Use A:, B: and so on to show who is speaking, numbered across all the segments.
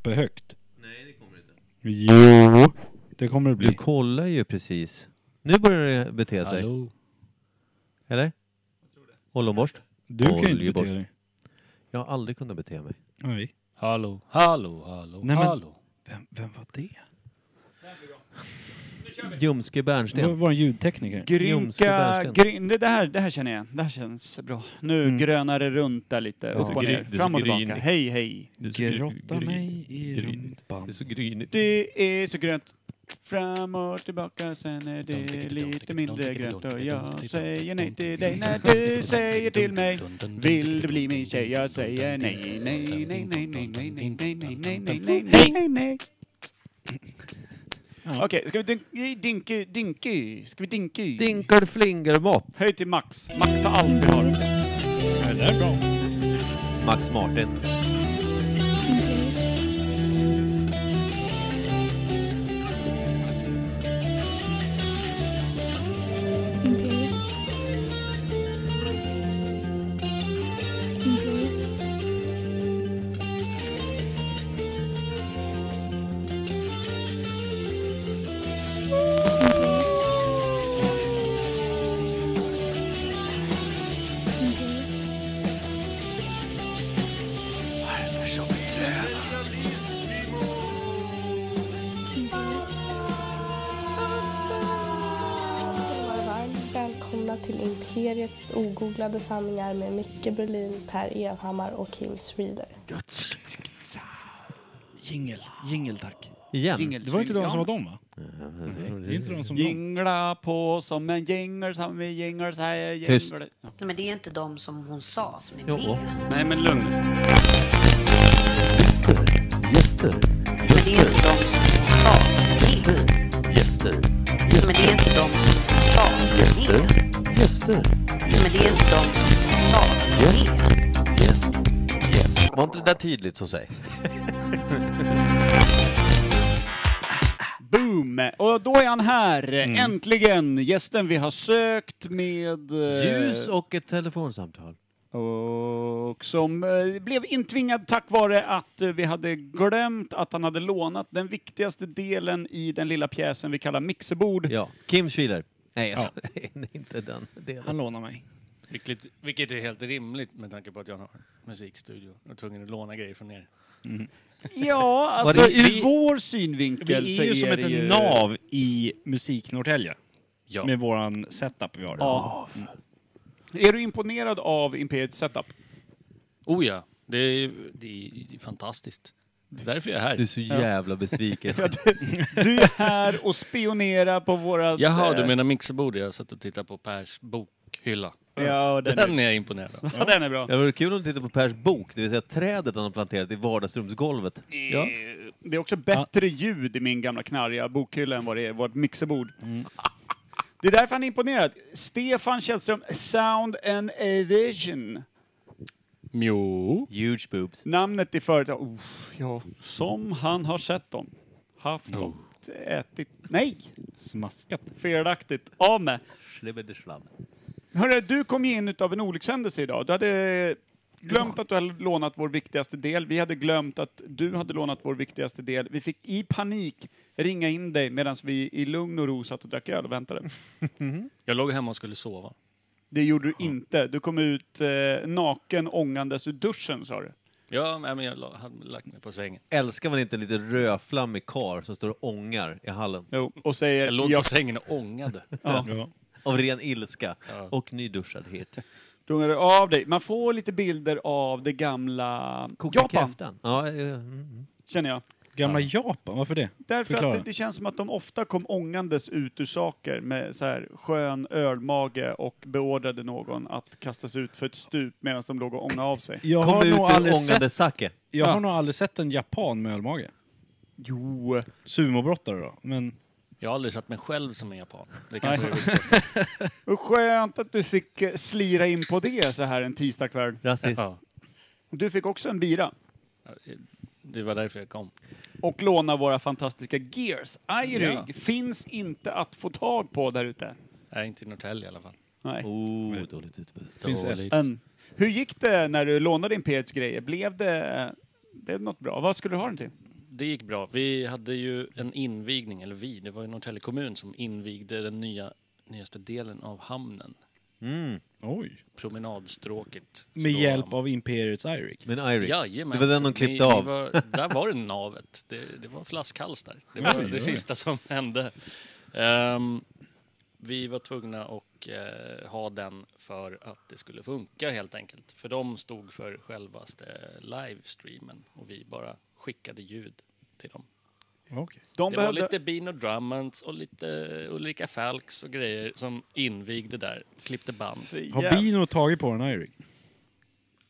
A: uppe högt.
B: Nej, det kommer inte.
A: Jo, det kommer det
B: Du
A: bli.
B: kollar ju precis. Nu börjar det bete sig.
C: Hallå?
B: Eller? Ollonborst?
A: Du kan ju inte
B: Oljeborst.
A: bete dig.
B: Jag har aldrig kunnat bete mig.
A: Nej.
C: Hallå, hallå, hallå,
A: Nej, men-
C: hallå.
A: Vem, vem var det?
B: Ljumske
A: Det var-
B: Bernsten.
A: var en ljudtekniker.
B: Ljumske
D: Grynka,
B: Bergsten.
D: gryn, det, det, här, det här känner jag, det här känns bra. Nu
A: Mm.
D: grönare runt där lite,
B: Ja.
D: upp och
E: Du är så
D: ner,
E: gry-
D: fram och
E: du är så
D: tillbaka.
E: grynig.
D: Hej hej.
E: Du är så gry-
A: Grotta
E: gry-
A: mig i
E: gryn. Det är
A: rumpan.
E: så grynigt.
D: Det är så grönt. Fram och tillbaka, sen är det lite mindre grönt och jag säger nej till dig när du säger till mig. Vill du bli min tjej? Jag säger nej, nej, nej, nej, nej, nej, nej, nej, nej, nej, nej, nej, nej, nej, nej.
A: Ja.
D: Okej, ska vi dink- dinky, dinky? Ska vi dinky?
B: Dinkelflingermott.
D: Höj till max. Maxa allt vi har.
A: Ja, det är bra.
B: Max Martin.
F: ska ni vara varmt välkomna till Imperiet ogooglade sanningar med Micke Berlin, Per Evhammar och Kim Schreeder.
A: Jingel. Jingel tack.
B: Igen.
D: Jingle.
A: Det var inte de
D: Ja.
A: som var de va? Det är inte de som var de.
D: Jingla på som en jingle, som vi jingle, säger jingle.
B: Tyst.
D: Ja.
G: Nej, men det är inte de som hon sa som är
B: Jo.
G: med.
D: Nej men lugn.
H: Gäster, gäster,
G: Men det är inte de som hon sa som är med.
H: gäster,
G: Men det är inte de som hon sa som är med.
H: gäster,
G: Men det är inte de som hon sa som är med.
H: gäst, gäst.
B: Var inte det där tydligt så säg?
D: Boom! Och då är han här! Äntligen! Gästen vi har sökt med... eh,
B: Ljus och ett telefonsamtal.
D: Och som eh, blev intvingad tack vare att eh, vi hade glömt att han hade lånat den viktigaste delen i den lilla pjäsen vi kallar mixerbord.
B: Ja. Kim Schiller. Nej, jag sa inte den delen.
A: Han lånar mig.
C: Vilket, vilket är helt rimligt med tanke på att jag har musikstudio och är tvungen att låna grejer från er.
D: Ja, alltså
B: Var det-
D: ur
B: vi-
D: vår synvinkel
A: Vi
D: så
A: är ju som
D: det ju-
A: ett nav i musik Norrtälje.
C: Ja.
A: Med våran setup vi har.
D: Ja. Är du imponerad av Imperiets setup?
C: Oh ja, det är, det är, det är fantastiskt. Det är därför jag är
B: Du är
C: här.
B: så jävla besviken.
D: Du är här och spionerar på våra...
C: Jaha, du menar mixerbord? Jag har satt och tittat på Pers bokhylla.
D: Ja, den är,
C: Den är jag imponerad av.
D: ja, den är bra.
B: Det vore kul om du tittar på Pers bok, det vill säga trädet han har planterat i vardagsrumsgolvet.
C: Ja.
D: Det är också bättre ljud i min gamla knarriga bokhylla än vad det är vårt mixerbord.
C: Mm.
D: Det är därför han är imponerad. Stefan Källström, Sound and Vision.
C: Jo.
B: Huge boobs.
D: Namnet i företaget, oh, ja, som han har sett dem. Haft
C: Oh.
D: dem. Ätit. Nej!
A: Smaskat.
D: Felaktigt. Av med.
B: Schlibbedeschlamm.
D: Hörru, du kom ju in utav en olyckshändelse idag. Du hade glömt att du hade lånat vår viktigaste del. Vi hade glömt att du hade lånat vår viktigaste del. Vi fick i panik ringa in dig medan vi i lugn och ro satt och drack öl och väntade.
C: Jag låg hemma och skulle sova.
D: Det gjorde du inte. Du kom ut eh, naken ångandes ur duschen, sa du.
C: Ja, nej, men jag la, hade lagt mig på sängen.
B: Älskar man inte en liten rödflammig karl som står och ångar i hallen?
D: Jo. Och
C: Jag låg
D: säger...
C: på
D: Jag,
C: sängen och ångade.
D: ja,
A: Ja.
B: Av ren ilska.
C: Ja.
B: Och nyduschadhet.
D: Dungar du av dig. Man får lite bilder av det gamla
B: Koka
D: Japan,
B: kräftan. Ja, eh, mm.
D: känner jag.
A: Gamla Japan, varför det?
D: Därför
A: Förklara.
D: att det, det känns som att de ofta kom ångandes ut ur saker med så här skön ölmage och beordrade någon att kasta sig ut för ett stup medan de låg och ångade av sig.
A: Jag
B: Kom
A: har,
B: ut
A: nog
B: ur
A: aldrig
B: ångande
A: sett,
B: sake.
A: jag har
D: Ja.
A: nog aldrig sett en japan med ölmage.
D: Jo,
A: Sumobrottare då, men...
C: Jag har aldrig sett mig själv som en japan. Det kanske är det viktigaste.
D: och skönt att du fick eh, slira in på det så här en tisdagkväll.
B: Rasist.
C: Ja.
D: Du fick också en bira
C: Det var därför jag kom.
D: och låna våra fantastiska Gears. Airig
C: Ja.
D: finns inte att få tag på där ute.
C: Nej, inte i Norrtälje i alla fall.
D: Nej.
B: Oh, dåligt utbud.
A: Finns det?
C: Dåligt.
D: En. Hur gick det när du lånade Imperiets grejer? Blev det, blev det något bra? Vad skulle du ha den till?
C: det gick bra. Vi hade ju en invigning, eller vi, det var ju Norrtälje kommun som invigde den nya, nyaste delen av hamnen.
B: Mm.
A: Oj.
C: Promenadstråket.
A: Med hjälp av Imperiets Eirik.
B: Men Irik,
C: Jajamän.
B: det var den de klippte
C: Ni- ni
B: av.
C: var, där var det navet. Det, det var flaskhals där. Det var
A: Oj, oj.
C: det sista som hände. Ehm, vi var tvungna att eh, ha den för att det skulle funka helt enkelt. För de stod för självaste livestreamen och vi bara skickade ljud till dem.
A: Okej.
D: De
C: Det var
D: behövde...
C: lite Bino Drummonds och lite Ulrika Falks och grejer som invigde där, klippte band.
A: Har
D: Jävlar.
A: Bino tagit på den Eirik?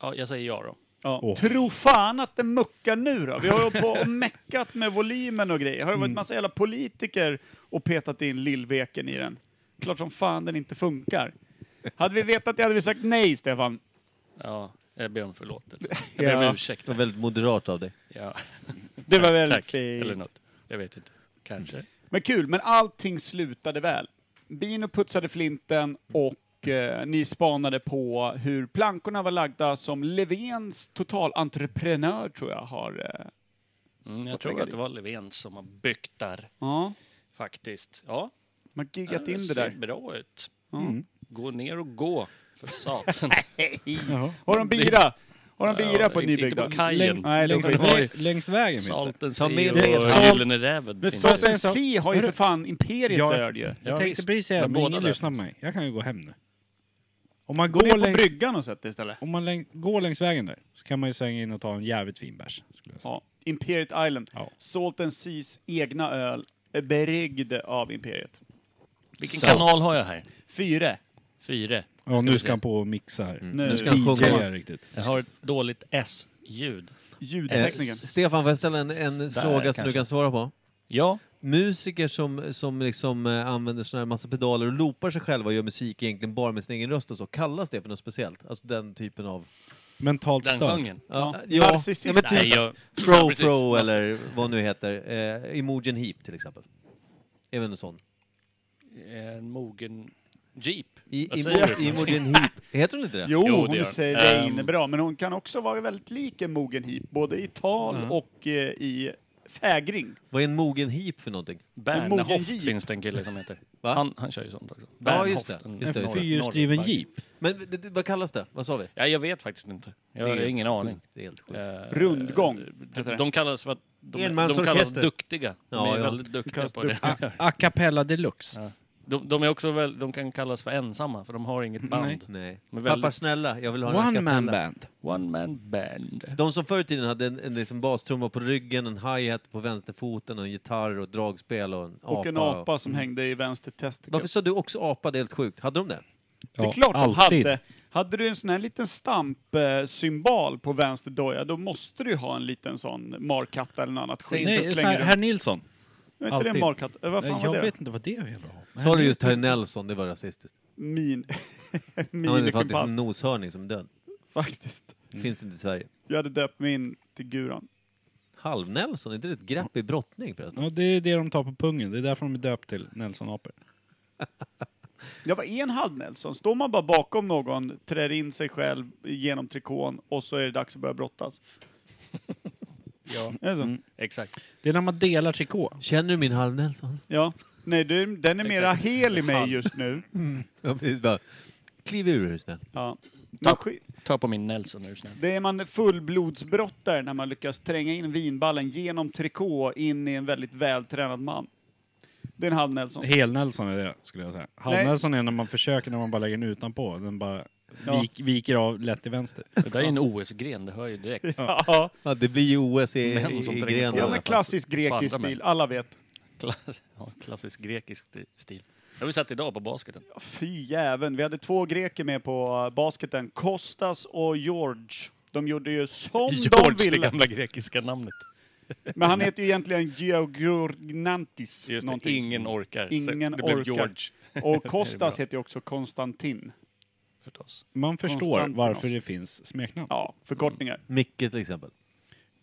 C: Ja, jag säger ja då.
D: Ja.
A: Åh.
D: Tro fan att det muckar nu då. Vi har ju på och meckat med volymen och grejer. Har det varit
C: Mm.
D: massa jävla politiker och petat in lillveken i den? Klart som fan den inte funkar. Hade vi vetat det hade vi sagt nej, Stefan.
C: Ja, jag ber om förlåtelse. Jag ber om
D: Ja.
C: ursäkt.
B: det var väldigt moderat av dig.
C: Ja.
D: Det var väldigt
C: Tack. Eller
D: fint.
C: något. Jag vet inte. Kanske.
D: Men kul, men allting slutade väl. Bino putsade flinten och eh, ni spanade på hur plankorna var lagda som Levens totalentreprenör tror jag har... Eh,
C: Mm, jag
D: Fått
C: tror
D: lägga
C: att det
D: dit.
C: var Löfven som har byggt där,
D: ja,
C: faktiskt. Ja,
D: man giggat in det
C: ser
D: där.
C: bra ut. Mm.
D: Ja.
C: Gå ner och gå, för satan.
A: Jaha.
D: Har de bira? Har de bira
C: Ja,
D: på
C: inte- inte
D: nybyggda?
C: på kajen.
D: Längst- Nej,
A: längs,
D: det var ju-
A: längs, längs vägen finns det.
C: Salten
B: Ta med
C: Sea
B: det.
C: och
A: Salt-
C: Gyllene Räven
A: Men
C: finns
A: salt-
C: det.
D: Salten Sea har ju för fan Imperiets
A: Ja.
D: öl ju.
A: Jag
C: Ja,
A: tänkte
C: visst.
A: precis säga det,
C: Men
A: men
C: båda
A: ingen
C: där
A: lyssnar på
C: finns.
A: mig. Jag kan ju gå hem nu. Om man
D: Gå ner
A: går,
D: på
A: längs,
D: bryggan och sätt det istället.
A: om man läng, går längs vägen där så kan man ju svänga in och ta en jävligt fin bärs. skulle jag säga.
D: Ja. Imperiet Island.
A: Ja.
D: Salt and Seas egna öl, eh, bryggd av Imperiet.
C: Vilken
B: Så.
C: kanal har jag här?
D: Fyre.
C: Fyra.
A: Ja,
C: Ska
A: nu
C: vi
A: ska
C: se.
A: han på och mixa här.
D: Nu.
B: Nu ska han sjunga.
A: DJar riktigt.
C: Jag har ett dåligt S-ljud.
B: Eh,
D: Ljudteknikern.
B: Stefan, får jag ställa en, en
C: Där
B: fråga som
C: kanske.
B: du kan svara på?
C: Ja,
B: Musiker som, som liksom eh, använder såna här massa pedaler och loopar sig själva och gör musik egentligen bara med sin egen röst och så, kallas det för något speciellt? Alltså den typen av...
A: Mentalt
C: den
A: störd.
C: genren.
B: Ja,
D: Narcissist.
B: ja men
C: Nej,
B: typ
C: jag...
B: Fro
C: precis.
B: Fro eller vad nu heter. Eh, Imogen Heap till exempel. Även en sån.
C: En mogen jeep.
B: I,
C: Vad säger du
B: Imo-
C: för någonting?
B: Imogen Heap, heter hon inte det?
D: Jo,
C: Jo, det gör
D: hon
C: den.
D: säger det
C: Ehm.
D: inne bra, men hon kan också vara väldigt lik en mogen hip, både i tal och eh, i fägring.
B: Vad är en mogen heap för någonting?
D: mogen
C: Bernhoft
D: jeep.
C: finns det en kille som heter.
B: Va?
C: Han, han kör ju sånt också.
B: Ja, just det.
C: Bernhoft,
B: Just det,
A: En
B: just det.
A: fyrhjulsdriven
C: Norrbagge.
A: jeep.
B: Men det, det, vad kallas det? Vad sa vi?
C: Ja, jag vet faktiskt inte. Jag har
B: Det är
C: ingen
B: helt
C: aning.
B: sjukt, Det är helt sjukt.
C: Eh,
D: Rundgång, heter det.
C: De, de kallas för att de, är- de
B: Enmansorkester.
C: kallas duktiga. De
B: Ja,
C: är
B: ja.
C: väldigt duktiga
D: kallas
C: på det.
A: A, a cappella deluxe.
C: De, de är också väl, de kan kallas för ensamma, för de har inget band.
B: Nej.
C: Men
B: Pappa
C: väldigt-
B: snälla, jag vill ha en
A: One man
B: acapella.
A: band.
C: One man band.
B: De som förr i tiden hade en, en liksom bastrumma på ryggen, en hi-hat på vänsterfoten och en gitarr och ett dragspel och en apa.
D: Och en apa
C: Mm.
D: som hängde i vänster testikel.
B: Varför sa du också apa? Det är helt sjukt. Hade de det?
A: Ja,
D: det är klart
A: alltid.
D: de hade. Hade du en sån här liten stampsymbol på vänster doja, då måste du ju ha en liten sån markatta eller något annat skit.
A: Nej,
D: så
A: så här,
D: klänger
A: herr
D: här,
A: Nilsson.
D: du, är inte det en
A: alltid.
D: markatt? Eh, Vad fan
A: jag
D: var det?
A: vet inte vad det är. Sa
B: Sa du just Harry Nelson? Det var rasistiskt.
D: Min...
B: Han hade
D: Min
B: faktiskt en
D: faktiskt.
B: noshörning som död.
D: faktiskt.
B: Finns inte i Sverige.
D: Jag hade döpt min till Guran.
B: Halv-Nelson, är inte det ett grepp i brottning förresten?
A: Ja, det är det de tar på pungen. Det är därför de är döpt till Nelson-apor.
D: Jag var en halv Nelson. Står man bara bakom någon, trär in sig själv genom trikån och så är det dags att börja brottas.
C: Ja,
D: Är det så?
A: Mm.
C: exakt.
A: Det är när man delar trikå.
B: Känner du min Halv-Nelson?
D: Ja. Nej, du, den är mera
C: Exakt.
D: hel i mig just nu.
B: Ja, precis. Bara, kliv ur är du snäll.
D: Ja. Men
C: Tack.
D: sk-
C: Ta på min Nelson är du snäll.
D: det är man fullblodsbrottare när man lyckas tränga in vinballen genom trikå in i en väldigt vältränad man. Det är en halv Nelson.
A: Hel-Nelson är det, skulle jag säga. Halv-Nelson är när man försöker, när man bara lägger den utanpå. Den bara
D: Ja.
A: vik, viker av lätt till vänster.
C: Det där är en OS-gren, det hör ju direkt.
D: Ja.
B: Ja, det blir ju OS i,
C: Män som
B: i
C: tränger
B: grenen. i
C: på.
D: ja,
B: alla
D: men
B: fall.
D: klassisk grekisk
C: Andra män.
D: stil. Alla vet.
C: Klass, ja, klassisk grekisk sti- stil. Det har vi sett idag på basketen.
D: Fy jäveln. Vi hade två greker med på eh, basketen. Kostas och George. De gjorde ju som de
C: George, det
D: ville.
C: gamla grekiska namnet.
D: Men han heter ju egentligen Georgnantis.
C: Just det,
D: någonting.
C: ingen orkar.
D: Ingen
C: så det blev
D: orkar.
C: George,
D: Och Kostas heter ju också Konstantin.
C: förstås.
A: Man förstår
D: Konstantinos.
A: varför det finns smeknamn.
D: Ja, förkortningar.
B: Micke till exempel.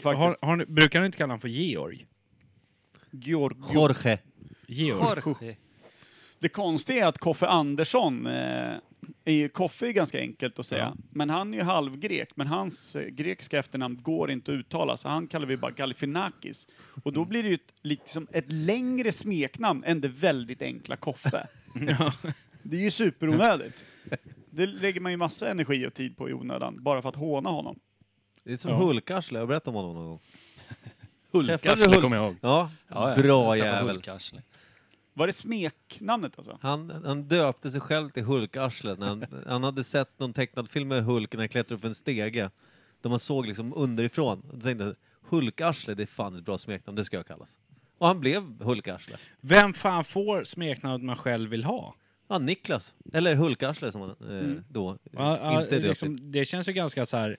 A: Har,
C: Mm.
D: Faktiskt.
A: har, ni- brukar ni inte kalla honom för Georg?
D: Georg...
B: Jorge.
A: Georg.
C: Jorge.
D: Det konstiga är att Koffe Andersson, eh, är ju, Koffe är ganska enkelt att säga, men han är ju halvgrek, men hans eh, grekiska efternamn går inte att uttala, så han kallar vi bara Galifinakis. Och
B: Mm.
D: då blir det ju ett, lite som ett längre smeknamn än det väldigt enkla Koffe. Det är ju superonödigt. Det lägger man ju massa energi och tid på i onödan, bara för att håna honom.
B: Det är som
A: Ja.
B: Hulkarsle, jag berättade om honom någon gång. Träffade du
C: Hulkarsle
B: Hul-
C: kommer jag ihåg.
B: Ja,
C: Ja, ja.
B: bra
C: Jag träffade
B: jävel.
C: Hulkarsle.
D: Var det smeknamnet alltså?
B: Han, han döpte sig själv till Hulkarslet. när Han, han hade sett någon tecknad film med Hulk när han klättrade upp för en stege. Där man såg liksom underifrån. Och då tänkte jag, Hulkarsle, det är fan ett bra smeknamn, det ska jag kallas. Och han blev Hulkarsle.
A: Vem fan får smeknamnet man själv vill ha?
B: Ja, Niklas. Eller Hulkarsle som han eh, då
A: Ja, ja,
B: inte döpte.
A: liksom, det känns ju ganska så här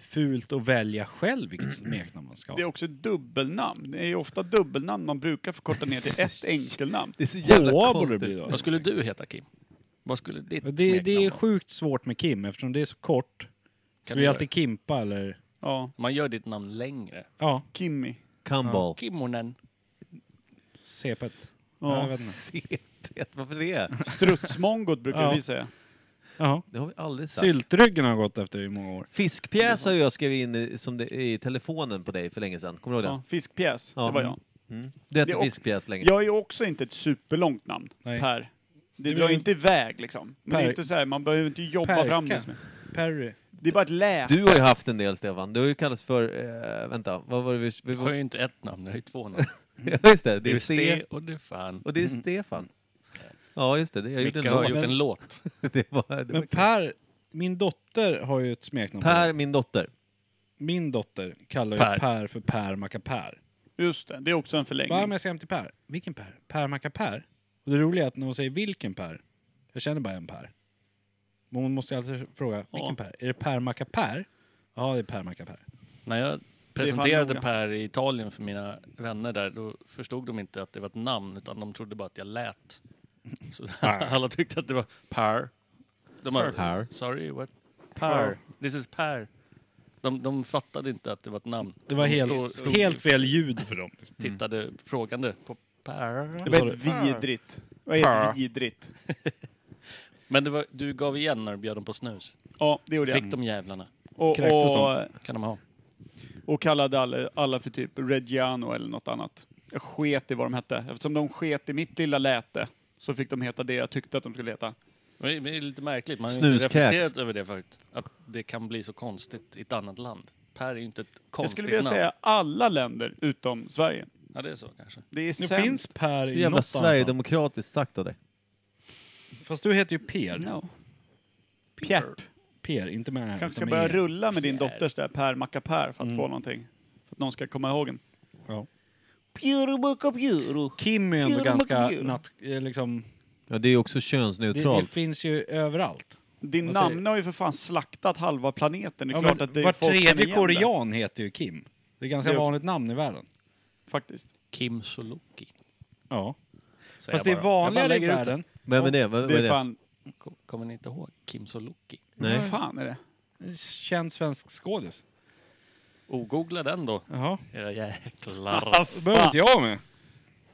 A: fult att välja själv vilket smeknamn man ska ha.
D: Det är också ett dubbelnamn. Det är ju ofta dubbelnamn man brukar förkorta ner till ett enkelnamn.
B: Det är så jävla
A: H.A. borde det
B: konstigt.
A: bli då.
C: Vad skulle du heta Kim? Vad skulle ditt
A: Det, det är
C: smeknamn vara?
A: sjukt svårt med Kim eftersom det är så kort. Det
C: Kan du
A: blir
C: göra?
A: alltid Kimpa eller...
D: Ja,
C: Man gör ditt namn längre.
A: Ja,
D: Kimmy.
B: Kambal.
C: Kimmonen.
A: CP't. Ja, E jag
D: Ja.
A: vet inte.
B: Sepet, varför det?
D: Strutsmongot brukar
A: Ja.
D: vi säga.
A: Ja.
B: Det har vi aldrig sagt.
A: Syltryggen har gått efter i många år.
B: Fiskpjäs har jag skrivit in i, som det, i telefonen på dig för länge sedan. Kommer du ihåg den?
D: Ja, fiskpjäs,
B: Ja.
D: det var jag.
B: Mm. Du hette
D: Det är också-
B: Fiskpjäs länge.
D: Jag är ju också inte ett superlångt namn,
A: Nej.
D: Per. Det
A: Du
D: drar
A: är-
D: inte iväg liksom. Men det
A: Per-
D: är inte så här, man behöver inte jobba
A: Perka.
D: fram det. som-
A: Perry.
D: Det är bara ett lä.
B: Du har ju haft en del Stefan. Du har ju kallats för, eh, vänta, vad var det vi... vi
C: Jag har ju inte ett namn, jag har ju två namn.
B: Ja, just det,
C: Det
B: det
C: är
B: är C
C: Ste och det är Fan.
B: och det
A: Mm.
B: är Stefan. Ja just det, det- jag
C: Micke
B: gjorde
C: har
B: en
C: gjort
B: låt.
C: en låt.
B: Det var, det var
A: Men Per, min dotter har ju ett smeknamn.
B: per, min dotter.
A: Min dotter kallar ju
C: Per.
A: per, för Per Macapär.
D: Just det, det är också en
A: Vad om
D: förlängning.
A: jag ska hem till Per? Vilken Per? Per Macapär? Och det roliga är att när hon säger vilken Per, jag känner bara en Per. Men hon måste ju alltid fråga, vilken Per? Är det Per Macapär? Ja, det är Per Macapär.
C: När jag
D: fan
C: presenterade
D: noga.
C: Per i Italien för mina vänner där, då förstod de inte att det var ett namn, utan de trodde bara att jag lät. Så alla tyckte att det var Per. De bara,
B: Per.
C: Sorry, what?
D: Per.
C: Per. This is Per. De, de fattade inte att det var ett namn.
A: Det var
C: de
A: helt,
C: stod- stod
A: helt
C: och
A: fel ljud för dem. liksom.
C: tittade frågande på Per.
D: Det var helt vidrigt. Det var
C: Per.
D: helt vidrigt.
C: Men det var, du gav igen när du bjöd dem på snus.
D: Ja, det gjorde
C: Fick
D: jag.
C: de jävlarna.
D: Och,
A: kräktes
D: och,
C: kan de ha.
D: och kallade alla, alla för typ Reggiano eller något annat. Jag sket i vad de hette. Eftersom de sket i mitt lilla läte så fick de heta det jag tyckte att de skulle heta.
C: Men det- men det är lite märkligt, man har ju inte
B: Snuskäk.
C: reflekterat över det förut. Att det kan bli så konstigt i ett annat land. Per är ju inte ett
D: Jag
C: konstigt
D: skulle vilja
C: namn.
D: säga alla länder utom Sverige.
C: Ja, det är så kanske.
D: Det är
A: Nu
D: sämst.
A: finns Per
B: Så
A: i
B: jävla
A: något annat land.
B: sverigedemokratiskt sagt av dig.
A: Fast du heter ju Per.
D: No. Pjärt.
A: Per, inte med R,
D: Kanske ska
A: utan
D: börja
A: med E.
D: rulla med din dotters där Per Macapär
A: Mm.
D: för att få någonting. För att någon ska komma ihåg en.
A: Ja.
D: Piero Boccapiero.
A: Kim är ju ändå
D: Piero
A: ganska
D: Macapero.
A: nat- eh, liksom,
B: Ja det är ju också
A: det, det
B: könsneutralt.
A: finns ju överallt.
D: Din
A: Vad säger-
D: namn har ju för fan slaktat halva planeten. Det är
A: Ja,
D: klart
A: men
D: att det är
A: var
D: folk känner
A: tredje
D: igen det,
A: korean heter ju Kim. Det är ganska
D: Det är också-
A: vanligt namn i världen.
D: Faktiskt.
C: Kim Sulocki.
A: Ja.
C: säger
A: Fast det
C: jag
A: är
C: bara. Jag bara
A: vanligare i
C: lägger ut det.
A: världen.
B: Vem är det? Vad, vad
D: Det
B: är
D: är
B: det?
D: fan...
C: Ko- Kommer ni inte ihåg Kim Sulocki?
D: Vad
B: Nej.
D: fan är det?
A: Känd svensk skådis.
C: Ogoogla den då,
A: Jaha.
C: era jäklar.
A: Det behöver inte jag med.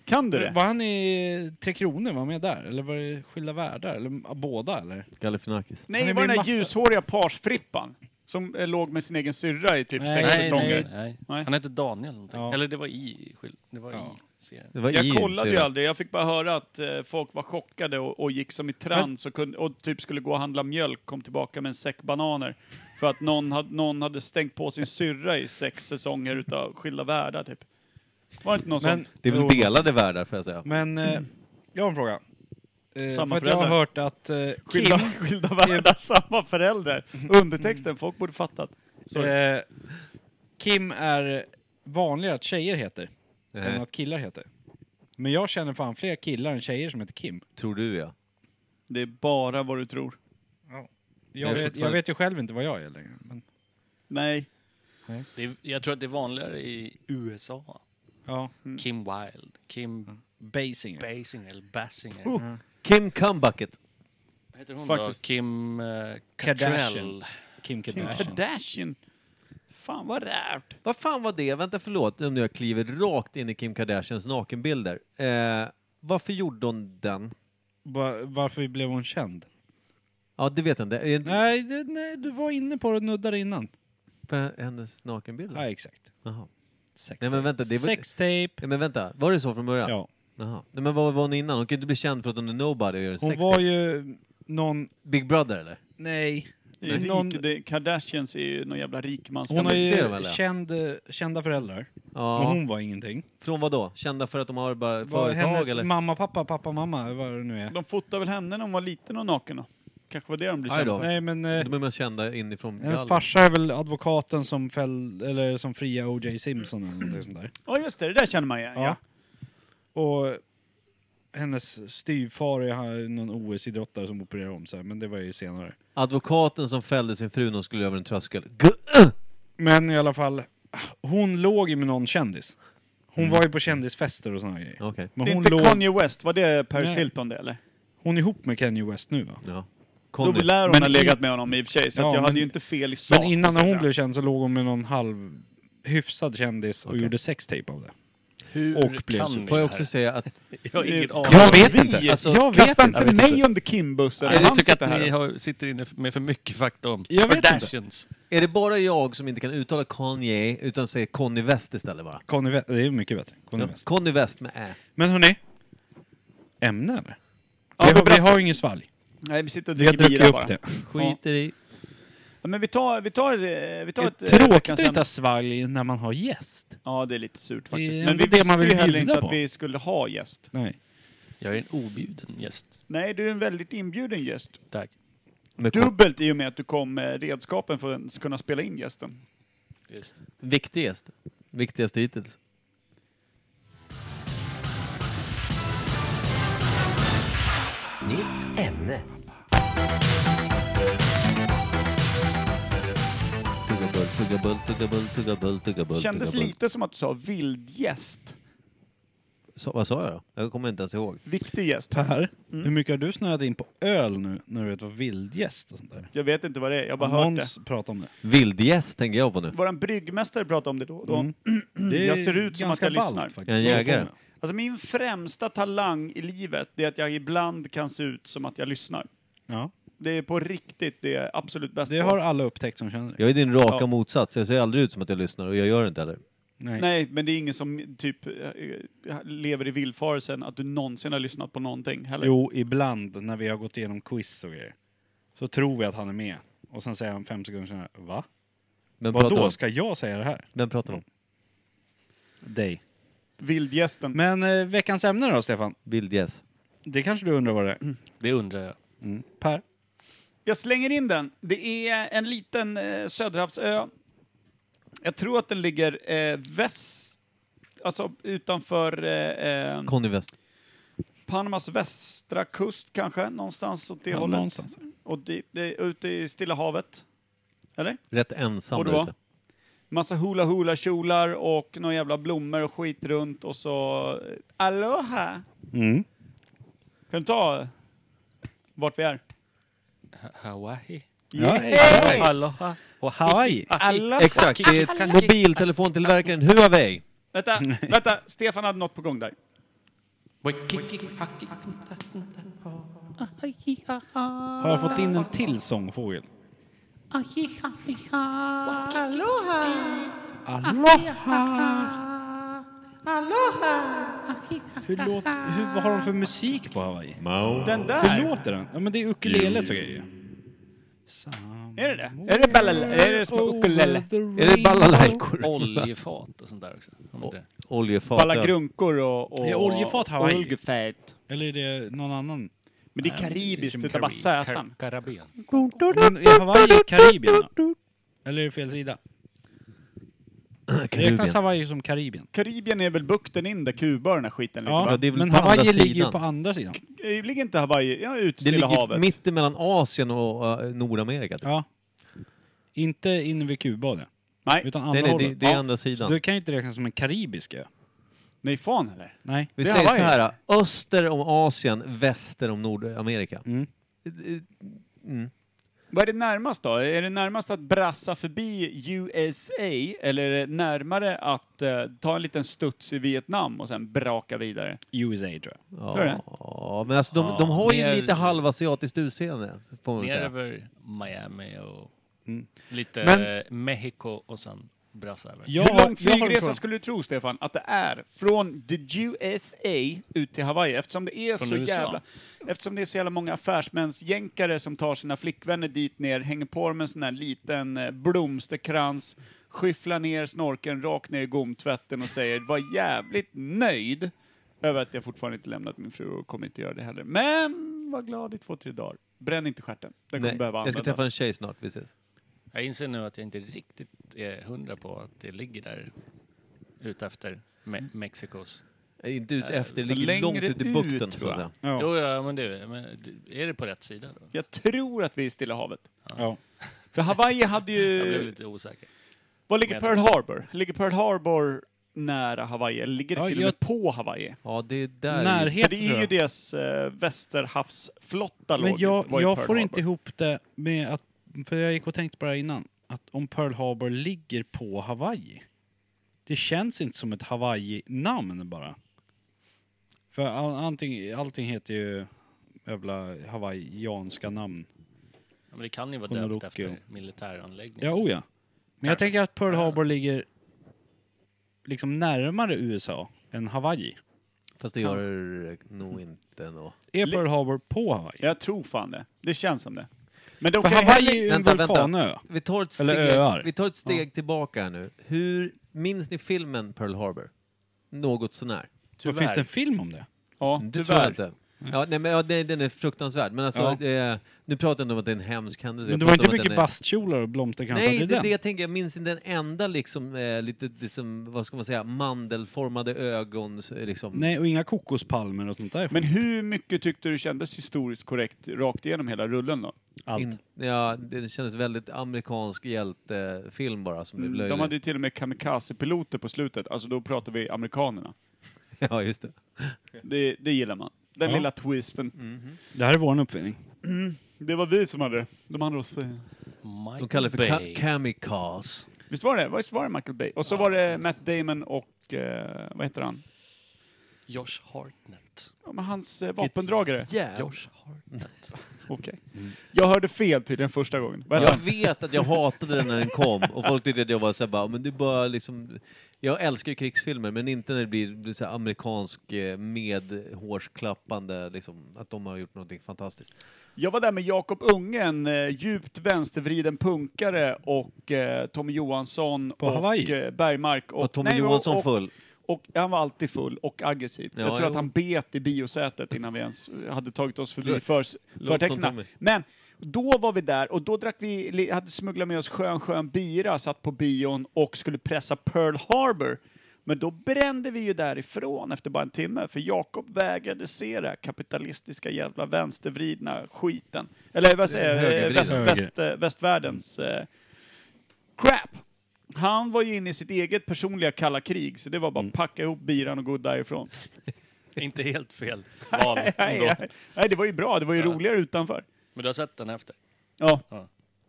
D: Kan du det?
A: Var han i Tre Kronor? Var han med där? Eller var det Skilda Världar? Eller ah, båda eller?
B: Galifianakis.
D: Nej,
A: det
D: var
A: blir
D: den där
A: massa-
D: ljushåriga parsfrippan? Som eh, låg med sin egen syrra i typ
A: Nej,
D: sex
C: nej,
D: säsonger.
C: nej, nej,
D: Nej.
C: Han hette Daniel någonting.
A: Ja.
C: Eller det var i, skil- det var
A: Ja.
C: i serien.
B: Det var
D: Jag
B: i,
D: kollade
B: säger
D: ju
B: E? du.
D: aldrig, jag fick bara höra att eh, folk var chockade och, och gick som i trans och, kunde, och typ skulle gå och handla mjölk, kom tillbaka med en säck bananer. För att någon, hade, någon hade stängt på sin syrra i sex säsonger utav Skilda Världar typ. Var det inte något
A: Men,
D: sånt?
B: Det är
A: Jo,
B: väl delade världar får jag säga.
A: men eh, jag har en fråga. Eh,
D: Samma
A: för att jag har
D: föräldrar.
A: hört att eh, Kim
D: Skilda, skilda Världar, samma föräldrar. Undertexten, folk borde fattat. Sorry.
A: Eh, Kim är vanligare att tjejer heter än
B: Nej,
A: att killar heter. Men jag känner fan fler killar än tjejer som heter Kim.
B: tror du ja.
D: Det är bara vad du tror.
A: Jag,
B: Jag är
A: vet, jag
B: fortfarande-
A: vet ju själv inte vad jag är längre. Men,
D: Nej.
C: Det är, jag tror att det är vanligare i USA.
A: ja.
C: Kim Wilde, Kim
A: Mm. Basinger.
C: Basinger, eller
A: Oh, Mm.
C: Basinger.
B: Kim Cumbucket.
C: Vad heter hon
D: Faktiskt.
C: då? Kim uh,
A: Kardashian.
C: Cattrall.
A: Kim
D: Kim
A: Kardashian.
D: Kardashian. Fan vad rävt.
B: Vad fan var det? Vänta, förlåt om jag kliver rakt in i Kim Kardashians nakenbilder. Eh, varför gjorde hon den?
A: Va- varför blev hon känd?
B: Ja, det vet jag inte. Är det inte
A: Nej du, nej, du var inne på det och nuddade innan.
B: för hennes nakenbilder?
A: Ja, exakt.
B: Jaha.
A: Sextape.
B: Nej, men vänta, det var-
A: Sextape.
B: Ja, men vänta, var det så från början?
A: Ja.
B: Jaha. Nej, men vad var hon innan? Hon kan ju inte bli känd för att hon är nobody och gör en
A: Hon
B: sextape.
A: var ju någon...
B: Big Brother eller?
A: Nej.
D: Det är
A: Någon-
D: rik, det, Kardashians är ju någon jävla rikmansfamilj.
A: Hon har
B: det är det
A: ju
B: väl, ja.
A: känd, kända föräldrar. Men
B: Ja.
A: hon var ingenting.
B: Från vad då? Kända för att de har bara
A: Mm. Var
B: företag
A: hennes
B: eller?
A: mamma, pappa, pappa, mamma, vad det nu är.
D: De fotade väl henne när hon var liten och naken då? Kanske var det de blev
B: Aj
D: kända
B: då.
D: för.
A: Nej men... Eh,
B: De är mest kända inifrån
A: hennes
B: gallret.
A: farsa är väl advokaten som fäll, eller som fria O.J. Simpson eller någonting sånt där.
D: Ja just det, det där känner man igen. Ja.
A: Ja. Och hennes styvfar är han- någon OS-idrottare som opererar om sig, men det var ju senare.
B: Advokaten som fällde sin fru när hon skulle över en tröskel. G-
A: Men i alla fall, hon låg ju med någon kändis. Hon
B: Mm.
A: var ju på kändisfester och såna grejer.
B: Okej.
A: Men
D: Det är
A: hon,
D: inte
A: låg,
D: Kanye West, var det Paris
A: Nej.
D: Hilton det eller?
A: hon är ihop med Kanye West nu va?
B: Ja.
D: Då
B: Conny.
D: lär hon
A: Men
D: ha
A: i-
D: legat med honom i och för sig, så
A: Ja,
D: att jag
A: men-
D: hade ju inte fel i sak.
A: Men innan
D: måste jag
A: hon
D: säga.
A: blev känd så låg hon med någon halv hyfsad kändis och
B: Okej.
A: gjorde sextape av det.
C: Hur
A: Och blev
C: kan
A: så-
C: ni
B: Får jag
C: det
B: också
C: här?
B: säga att...
C: Jag har ingen
D: Eh,
C: aning.
B: Jag vet inte.
D: Vi-
B: Alltså,
A: jag vet
D: Kasta
A: inte.
D: inte
C: Jag vet
D: mig
C: inte.
D: under Kimbussen.
C: Nej, jag tycker
D: sitter
C: att ni
D: här.
C: har, sitter inne med för mycket fakta om
A: Jag vet inte.
C: Kardashians.
B: Är det bara jag som inte kan uttala Kanye utan säger Conny West istället bara?
A: Conny West, det är mycket bättre. Conny
B: Ja.
A: West.
B: Conny West med Ä.
A: Men hörni, ämne eller?
D: Ja,
A: vi,
D: men
A: har, vi
D: berätta.
A: har ingen svalg.
D: Nej, vi sitter och
A: Vi har
D: dricker
A: druckit
D: bira
A: upp
D: bara.
A: det.
B: Skiter i.
D: Ja, men vi tar, vi tar, eh, vi tar ett...
A: Det
D: eh,
A: är tråkigt
D: veckans
A: att inte
D: ämne.
A: ha svalg när man har gäst.
D: Ja, det är lite surt faktiskt.
A: Det är
D: Men vi
A: ändå det
D: visste
A: man vill
D: ju heller
A: bjuda
D: inte
A: på.
D: att vi skulle ha gäst.
A: Nej.
C: Jag är en objuden gäst.
D: Nej, du är en väldigt inbjuden gäst.
C: Tack.
B: Med K.
D: Dubbelt i och med att du kom med redskapen för att ens kunna spela in gästen.
C: Just.
B: Viktigast. Viktigast hittills.
H: Nytt ämne.
B: Tugga bull, tugga bull, tugga bull, tugga bull, tugga bull.
D: Kändes
B: tugga bull.
D: lite som att du sa vildgäst.
B: Så, vad sa jag då? Jag kommer inte ens ihåg.
D: Viktig gäst.
A: Per,
D: Mm.
A: hur mycket har du snöat in på öl nu när du vet vad vildgäst och sånt där?
D: Jag vet inte vad det är, jag har bara hört det.
A: Måns pratar om det.
B: Vildgäst tänker jag på nu.
D: Våran bryggmästare pratade om det då och då.
A: Mm.
D: Det
A: är
D: jag ser ut som att
A: ganska
D: jag
A: ballt,
D: lyssnar.
A: faktiskt.
B: Jag är en jägare.
D: Alltså min främsta talang i livet, det är att jag ibland kan se ut som att jag lyssnar.
A: Ja.
D: Det är på riktigt det är absolut bästa.
A: Det har alla upptäckt som känner dig.
B: Jag är din raka
D: Ja.
B: motsats. Jag ser aldrig ut som att jag lyssnar och jag gör det inte heller.
A: Nej.
D: Nej, men det är ingen som typ eh, lever i villfarelsen att du någonsin har lyssnat på någonting heller.
A: Jo, ibland när vi har gått igenom quiz och grejer. Så tror vi att han är med. Och sen säger han fem sekunder senare, va?
B: Vem pratar vi
A: Vadå,
B: om?
A: ska jag säga det här?
B: Vem pratar vi
D: Mm.
B: om?
A: Dig.
D: Vildgästen.
A: Men eh, veckans ämne då, Stefan?
B: Vildgäst.
D: Mm.
A: Det kanske du undrar vad det är?
C: Det undrar jag.
A: Mm. Per?
D: Jag slänger in den. Det är en liten eh, söderhavsö. Jag tror att den ligger eh, väst... Alltså utanför eh, eh,
B: Conny West.
D: Panamas västra kust kanske, någonstans åt det
A: Ja,
D: hållet.
A: någonstans.
D: Och dit, det, är ute i Stilla havet. Eller?
B: Rätt ensam
D: Och det
B: där
D: var?
B: ute.
D: Massa hula-hula-kjolar och några jävla blommor och skit runt och så... eh, Aloha!
A: Mm.
D: Kan du ta eh, vart vi är?
C: Ha- Hawaii.
A: Ja,
C: Aloha.
A: Och Hawaii.
D: Alla...
B: Exakt, det är ett mobiltelefontillverkaren Huawei.
D: Vänta, vänta! Stefan hade något på gång där.
A: Har jag fått in en till sångfågel? Aloha! Aloha! Hur låt, hur, vad har de för musik på Hawaii?
D: Den
A: Hur
D: där!
A: låter den? Ja men det är ukulele så grejer ju.
D: Är det det? Är det balala? Är det små ukulele?
B: Är det balalajkor?
C: Oljefat och sånt där också. Om inte-
B: Oljefat.
D: Alla grunkor och... och
A: Det är oljefat Hawaii.
D: Oljefat.
A: Eller är det någon annan?
D: Men det är karibiskt utav bara
C: Kar-
D: sötan.
C: Karabén.
A: Men är Hawaii Karibien då? Eller är det fel sida? Räknas
B: Karibien.
A: Hawaii som Karibien?
D: Karibien är väl bukten in där Kuba och den här skiten ligger
A: Ja,
D: va?
B: det är väl
A: men
B: på andra
A: Hawaii ligger
B: sidan.
A: ju på andra sidan.
D: Det ligger inte Hawaii, ja, ut
B: Det
D: Stilla
B: ligger
D: havet.
B: mitt emellan Asien och eh, Nordamerika. typ.
A: Ja. Inte inne vid Kuba och det.
D: Nej.
A: Utan andra
B: Nej, nej, det,
A: hållet.
B: det är
A: Ja.
B: andra
A: Så
B: sidan.
A: det kan ju inte räknas som en karibisk ö.
D: Nej fan heller.
A: Nej.
B: Vi
D: det är
B: säger så
D: Hawaii.
B: här, öster om Asien, väster om Nordamerika.
A: Mm.
B: Eh, eh, Mm.
D: Vad är det närmast då? Är det närmast att brassa förbi USA eller är det närmare att eh, ta en liten studs i Vietnam och sen braka vidare?
A: USA tror jag.
B: Ja,
D: Tror du det?
B: men alltså de,
C: Ja,
B: de har ju
C: mer-
B: lite halvasiatiskt utseende, får man väl
C: Ner
B: säga.
C: över Miami och
A: Mm.
C: lite
A: Men-
C: eh, Mexiko och sen brassa över.
A: Jag
D: Hur
A: har-
D: lång
A: jag har en
D: flygresa
A: fråga.
D: skulle du tro, Stefan, att det är från the USA ut till Hawaii? Eftersom det är
C: Från
D: så
C: USA.
D: jävla... Eftersom det är så jävla många affärsmänsjänkare som tar sina flickvänner dit ner, hänger på dem en sån här liten eh, blomsterkrans, skyfflar ner snorken rakt ner i gomtvätten och säger var jävligt nöjd över att jag fortfarande inte lämnat min fru och kommer inte göra det heller. Men var glad i två, tre dagar. Bränn inte stjärten. Den kommer
B: Nej,
D: behöva
B: jag ska
D: användas.
B: träffa en tjej snart, precis.
C: Jag inser nu att jag inte riktigt är hundra på att det ligger där utefter Me- Mexikos.
B: Inte ut
C: Eh,
B: efter, det ligger
D: längre
B: långt ut i
D: ut,
B: bukten, så
D: tror
B: att säga.
D: jag.
A: Ja.
C: Jo, ja, men, det, men är det på rätt sida då?
D: Jag tror att vi är i Stilla havet.
A: Ja.
D: För Hawaii hade
C: Jag
D: ju...
C: blev lite osäker.
D: Var ligger
C: Men
D: Pearl
C: jag
D: Harbor? Ligger Pearl Harbor nära Hawaii? Eller ligger det
A: Ja,
D: till och med
A: jag-
D: på Hawaii?
B: Ja, det är där.
D: För
A: Närhet
D: det
A: tror
D: är ju
A: jag.
D: deras eh, västerhavsflotta
A: Men
D: låg-
A: jag,
D: var i
A: jag
D: Pearl
A: får
D: Harbor.
A: inte ihop det med att... För jag gick och tänkte bara innan. Att om Pearl Harbor ligger på Hawaii. Det känns inte som ett Hawaii-namn bara. För all, allting, allting heter ju jävla hawaiianska namn.
C: Ja, men det kan ju vara
A: Honolulu.
C: döpt efter militäranläggning.
A: Ja, oh ja. Men jag
C: Kanske.
A: tänker att Pearl
C: Ja.
A: Harbor ligger liksom närmare USA än Hawaii.
B: Fast det gör nog inte nå.
A: Är Pearl Harbor på Hawaii?
D: Jag tror fan det. Det känns som det. Men de
A: För
D: kan ju
A: Hawaii är
D: heller...
A: ju en
B: Vänta, vänta.
A: vulkanö.
B: Vi tar ett steg,
A: Eller öar.
B: vi tar ett steg tillbaka här nu. Hur, minns ni filmen Pearl Harbor? Något sånär.
A: Vad Finns det en film om det?
D: Ja,
B: Det tror jag
D: tyvärr.
B: inte. Ja, nej, men, ja, det, den är fruktansvärd. Men alltså,
A: Ja.
B: det, nu pratar jag inte om att det är en hemsk händelse.
A: Men
B: Alltså, Jag
A: det var
B: pratar
A: inte
B: om att den
A: mycket
B: är-
A: bastkjolar och blomsterkransar
B: Nej,
A: till
B: det är
A: den.
B: det jag tänker. Jag minns inte en enda liksom, eh, lite, liksom, vad ska man säga, mandelformade ögon. eh, Liksom.
A: Nej, och inga kokospalmer och sånt där.
D: Men hur mycket tyckte du kändes historiskt korrekt rakt igenom hela rullen då?
A: Allt.
B: In, ja, det kändes väldigt amerikansk hjältefilm bara som blev löjlig.
D: Mm, De hade ju till och med kamikazepiloter på slutet. Alltså då pratar vi amerikanerna.
B: Ja, just det.
D: Det, det gillar man. Den
A: Ja. Mm.
D: lilla twisten.
A: Det här är vår uppfinning.
D: Det var vi som hade det. De andra oss.
C: Michael
B: De kallar det för
C: Bay.
B: ka- kamikaze.
D: Visst var det? Visst var det Michael Bay? Och så var det Matt Damon och, eh, vad heter han?
C: Josh Hartnett.
D: Ja, men hans eh, vapendragare.
B: Yeah.
C: Josh Hartnett.
D: Okej. Jag hörde fel tydligen första gången. Vad
B: Jag
D: hette
B: vet att jag hatade den när den kom och folk tyckte att jag var såhär bara, men du bara liksom... Jag älskar ju krigsfilmer men inte när det blir, blir så här amerikansk eh, med hårsklappande liksom, att de har gjort någonting fantastiskt.
D: Jag var där med Jakob Unge, en eh, djupt vänstervriden punkare och eh, Tommy Johansson
A: På
D: och
A: Hawaii?
D: eh, Bergmark. Och,
B: Var Tommy
D: nej, och-
B: Johansson
D: och,
B: full?
D: Och, han var alltid full och aggressiv.
B: Ja,
D: jag tror
B: jo.
D: att han bet i biosätet innan vi ens hade tagit oss förbi
B: Låt-
D: för,
B: låt som
D: förtexterna.
B: Tommy.
D: Men då var vi där och då drack vi, li- hade smugglat med oss skön skön bira, satt på bion och skulle pressa Pearl Harbor. Men då brände vi ju därifrån efter bara en timme, för Jakob vägrade se det här kapitalistiska jävla vänstervridna skiten. Eller vad säger jag? eh,
B: Högervridna.
D: Väst,
A: Höger.
D: väst, eh, västvärldens eh, crap. Han var ju inne i sitt eget personliga kalla krig, så det var bara packa ihop biran och gå därifrån.
C: Inte helt fel val
D: Nej,
C: ändå.
D: nej, det var ju bra. Det var ju
C: Ja.
D: roligare utanför.
C: Men du har sett den efter?
D: Ja.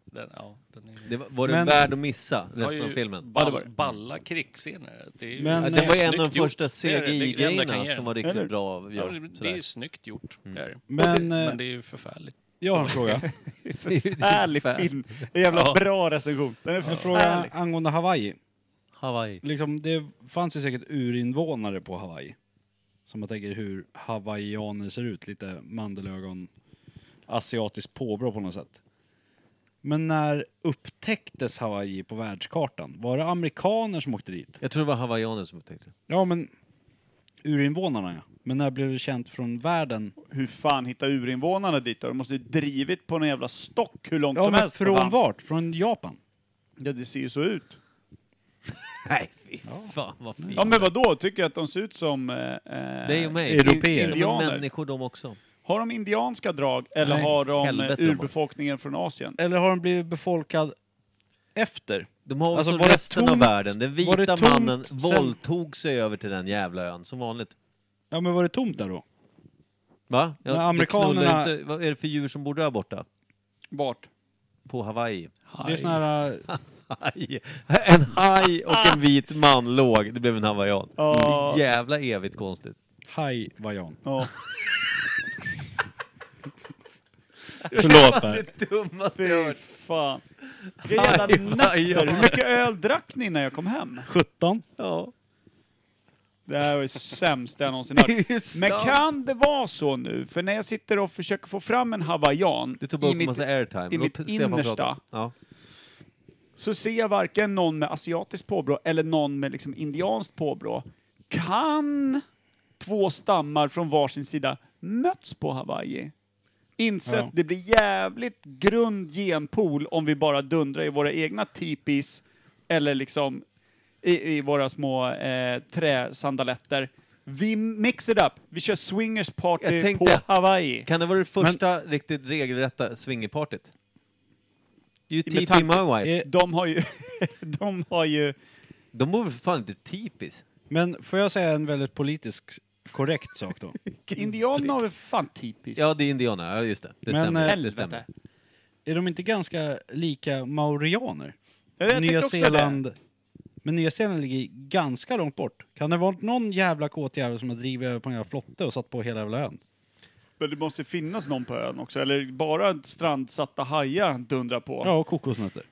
C: Den, ja, den är...
B: Det var, var den
A: Men-
B: värd att missa
C: har
B: resten av
C: ju
B: filmen?
D: Ja, det var
C: Ball,
D: det.
C: balla krigsscener. Det är ju, eh,
A: Men-
B: Ja,
A: Nej,
B: den var ju en av de
C: snyggt gjort.
B: första
C: Det är det- det- det enda jag kan
B: CGI-grejerna
C: ge.
B: som var riktigt
D: Eller?
B: bra.
C: Ja,
B: Ja, Mm.
C: det, det är ju snyggt gjort. Det är. det.
A: Men,
C: Men
A: eh,
C: det är ju förfärligt.
A: jag har en fråga.
B: typ
D: Förfärlig film. En jävla
C: Ja.
D: bra recension. Den är
A: En
D: förfärlig.
A: fråga angående Hawaii.
B: Hawaii.
A: Liksom, det fanns ju säkert urinvånare på Hawaii. Som man tänker hur hawaiianer ser ut. Lite mandelögon, asiatiskt påbrå på något sätt. Men när upptäcktes Hawaii på världskartan? Var det amerikaner som åkte dit?
B: Jag tror det var hawaiianer som upptäckte det.
A: Ja, men urinvånarna ja. Men när blev det känt från världen?
D: Hur fan hittar urinvånarna dit då? De måste ju drivit på någon jävla stock hur långt
A: Ja,
D: som
A: men
D: helst. för
A: från
D: fan.
A: vart? Från Japan?
D: Ja, det ser ju så ut.
B: Nej, fy fan vad fint.
D: Ja, men vad då Tycker jag att de ser ut som... Eh,
B: Dig och mig.
A: Européer.
B: In-
D: Indianer.
B: De är människor de också.
D: Har de indianska drag eller
A: Nej,
D: har de
B: helvete,
D: eh, urbefolkningen från Asien?
A: Eller har den blivit befolkad efter?
B: De har
A: Alltså,
B: som
A: var det
B: resten av
A: tomt?
B: världen. Den
A: Var det
B: vita
A: tomt
B: mannen
A: sen-
B: våldtog sig över till den jävla ön, som vanligt.
A: Ja, men var det tomt där då?
B: Va?
A: Nej,
B: du knullar
A: amerikanerna-
B: Inte, vad är det för djur som bor där borta?
D: Vart?
B: på Hawaii.
A: Det är sån här... äh,
B: Haj. En haj och en vit man låg. Det blev en hawaiian.
D: Ja.
B: Det är Jävla evigt konstigt.
A: Hawaiian.
D: Ja,
A: Förlåt Per.
B: Det dummaste jag
D: fy
B: hört.
D: fan. Vilka jävla
B: Aj,
D: nätter.
B: aj, aj.
D: Hur mycket öl drack ni när jag kom hem?
A: 17.
B: Ja.
D: Det här var det sämsta jag någonsin hört.
B: Det är ju sant.
D: Men kan det vara så nu? För när jag sitter och försöker få fram en hawaiian
B: Du tog bara
D: i
B: upp en
D: mitt,
B: massa airtime.
D: i mitt
B: Låt Stefan prata.
D: innersta.
B: Ja.
D: så ser jag varken någon med asiatiskt påbrå eller någon med liksom indianskt påbrå. Kan två stammar från varsin sida möts på Hawaii? Insett
A: Ja.
D: det blir jävligt grund genpool om vi bara dundrar i våra egna tipis eller liksom i, i våra små eh, träsandaletter. Vi mix it up. Vi kör swingers
B: Jag
D: party på
B: tänkte-
D: Hawaii.
B: Kan det vara det första riktigt regelrätta swingerpartyt? Det är ju
D: Med
B: T.P.
D: tanke-
B: My Wife.
D: Eh, De har ju... de har ju...
B: De var väl för fan inte tipis?
A: Men får jag säga en väldigt politisk korrekt sak då?
D: Indianerna har väl fan tipis?
B: Ja, det är indianer. Ja, just det. Det
A: Men, eh,
B: stämmer. Det
D: helvete.
B: stämmer.
A: Är de inte ganska lika maorianer?
D: Ja, jag
A: Nya
D: tänkte också
A: Zeeland... Men Nya Zeeland ligger ganska långt bort. Kan det ha varit någon jävla kåt jävel som har drivit över på en jävla flotte och satt på hela jävla ön?
D: Men det måste finnas någon på ön också, eller bara strandsatta hajar dundrar på.
A: Ja, och kokosnötter.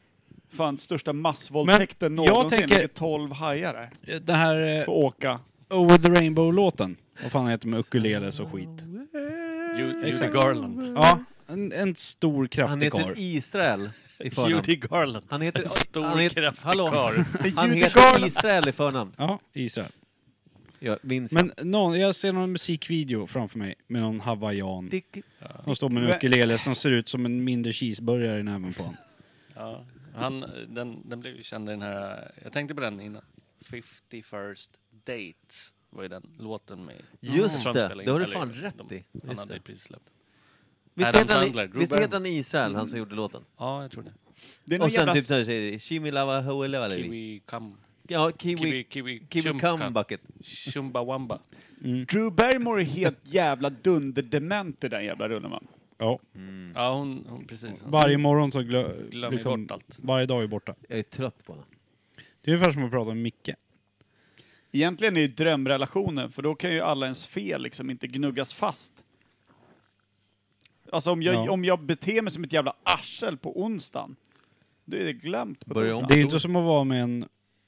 D: Fan, största massvåldtäkten
A: Men jag
D: någonsin.
A: tänker-
D: Ligger 12 hajar där.
A: Eh, Den här eh,
D: Får åka.
A: Over the Rainbow-låten. Vad fan heter det med ukuleles och skit?
C: Ju- Judy
A: Exakt.
C: Garland.
A: Ja, en, en stor
B: Han
A: kraftig
B: heter
A: karl.
B: Israel i förnamn.
C: Judy Garland.
B: Han heter...
C: En stor
B: han heter,
C: kraftig
B: hallå.
C: karl.
B: Han heter Israel i förnamn.
A: Ja, Israel.
B: Jag minns
A: Men någon, jag ser någon musikvideo framför mig med någon hawaiian.
B: jag.
A: De står med en
D: Men-
A: ukulele som ser ut som en mindre cheeseburgare i näven på honom.
C: Ja. Han, den, den blev ju känd i den här... Jag tänkte på den innan. 50 first dates var ju den låten med...
B: Just
C: Jag tror han
B: det.
C: spelade in-
B: Det har du
C: eller
B: fan
C: de-
B: rätt i.
C: Han
B: Just
C: hade
B: det.
C: ju precis släppt.
B: Visst
C: Adam
B: heter han,
C: Sandler, Drew
B: visst
C: Barrymore.
B: heter han Israel, han som gjorde låten?
C: Ja, jag tror det.
D: Det är någon
B: Och sen
D: jävla...
B: typ såhär säger det, Kimi Lava Hoelewaleli.
C: Kiwi, cum,
B: Ja, Kiwi...
C: kiwi, kiwi,
B: Kiwi
C: chumka-
B: Cumbucket.
C: Chumbawamba.
D: Drew Barrymore är helt jävla dunderdement i den jävla rullen man.
A: Ja.
B: Mm.
C: Ja, hon, hon precis. Hon.
A: Varje morgon så glö, liksom
C: Glömmer bort allt.
A: Varje dag är borta.
B: Jag är trött på honom.
A: Det är ungefär som att prata med Micke.
D: Egentligen är ju drömrelationen, för då kan ju alla ens fel liksom inte gnuggas fast. Alltså om jag,
A: Ja.
D: om jag beter mig som ett jävla arsel på onsdagen, då är det glömt på
B: Börja om.
D: torsdagen.
A: Det är ju inte som att vara med en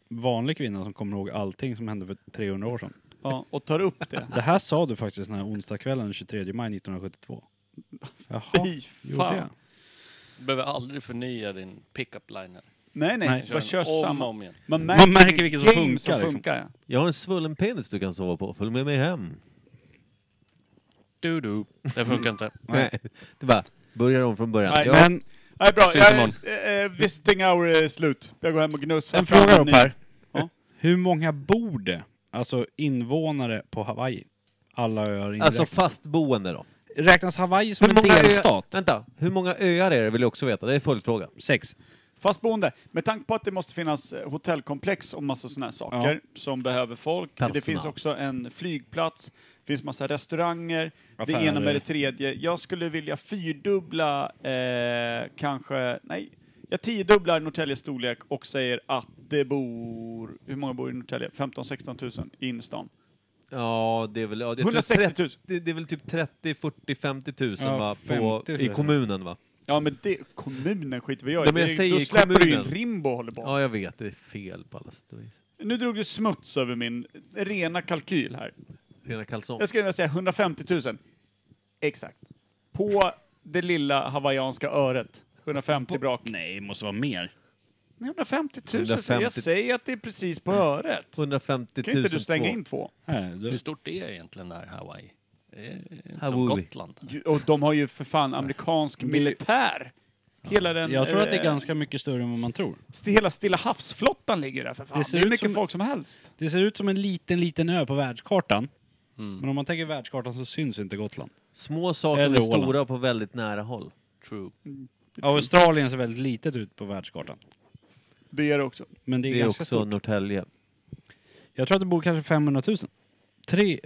A: vanlig kvinna som kommer ihåg allting som hände för 300 år sedan.
D: Ja, och tar upp det.
A: Det här sa du faktiskt den här onsdagskvällen den 23 maj 1972. Jaha,
D: Fy
A: gjorde
D: fan.
A: jag?
C: Du behöver aldrig förnya din pickup line här.
D: Nej, nej,
A: Nej.
D: bara kör
C: om
D: samma.
C: och om igen.
D: Man
A: märker vilken som
D: game
A: funkar, liksom.
D: funkar, ja.
B: Jag har en svullen penis du kan sova på, följ med mig hem.
C: Du, du. Det funkar inte.
B: Nej. Det bara, börjar om från början.
D: Nej,
B: Ja,
A: Men
D: Nej, bra.
C: Syns
D: Jag,
C: imorgon.
D: eh, eh, visiting hour är slut. Jag går hem och gnussar.
A: en
D: fram
A: fråga då
D: ny-
A: Per.
D: Ja.
A: Hur många bor det, alltså invånare på Hawaii? Alla öar inräknat.
B: Alltså fastboende då.
A: Räknas Hawaii som en delstat?
B: Öar, vänta, hur många öar är det vill jag också veta, det är följdfråga.
A: Sex.
D: Fastboende. Med tanke på att det måste finnas eh, hotellkomplex och massa sådana här saker som behöver folk.
B: Personal.
D: Det finns också en flygplats. Det finns massa restauranger.
A: Affärer.
D: Det ena med det tredje. Jag skulle vilja fyrdubbla, eh, kanske, nej. Jag tiodubblar Norrtäljes storlek och säger att det bor, hur många bor i Norrtälje? 15-16 000 i innerstan.
B: Ja, det är väl... Ja, jag tror
D: 160 000.
B: 30 Det, det är väl typ 30, 40, 50 tusen
A: Ja,
B: va, på,
A: 50 000.
B: i kommunen va?
D: Ja men det, kommunen skiter vi i.
B: Ja, men jag
D: Det-
B: säger
D: Då
B: i
D: släpper du in
B: kommunen.
D: Rimbo och håller på.
B: Ja, jag vet, det är fel på alla sätt och vis.
D: Nu drog du smuts över min rena kalkyl här.
B: Rena kalsonger.
D: Jag skulle vilja säga 150 000. Exakt. På det lilla hawaiianska öret. 150 brak.
A: Nej, det måste vara mer.
D: Nej, 150 000 säger jag.
B: 150
D: säger att det är precis på öret.
B: 150
D: Kan inte
B: 000
D: du stänga in två?
A: Nej, du,
C: Hur stort är egentligen det här Hawaii? Det är som
B: Hawaii.
C: Gotland.
D: Ju- Och de har ju för fan amerikansk militär. Hela den...
A: jag tror att det
D: eh,
A: är ganska mycket större än vad man tror.
D: st- Hela Stilla havsflottan ligger där för fan.
A: Det
D: Det,
A: ser
D: är hur
A: ut
D: mycket
A: som-
D: folk som helst.
A: Det ser ut som en liten, liten ö på världskartan. Men om man tänker världskartan så syns inte Gotland.
B: Små saker
A: Eller
B: är
A: Åland.
B: stora på väldigt nära håll.
C: True.
A: Australien ser väldigt litet ut på världskartan.
D: Det är det också.
A: Men det är,
B: Det är
A: ganska
B: också
A: stort.
B: Norrtälje.
A: Jag tror att det bor kanske 500 000. Tre,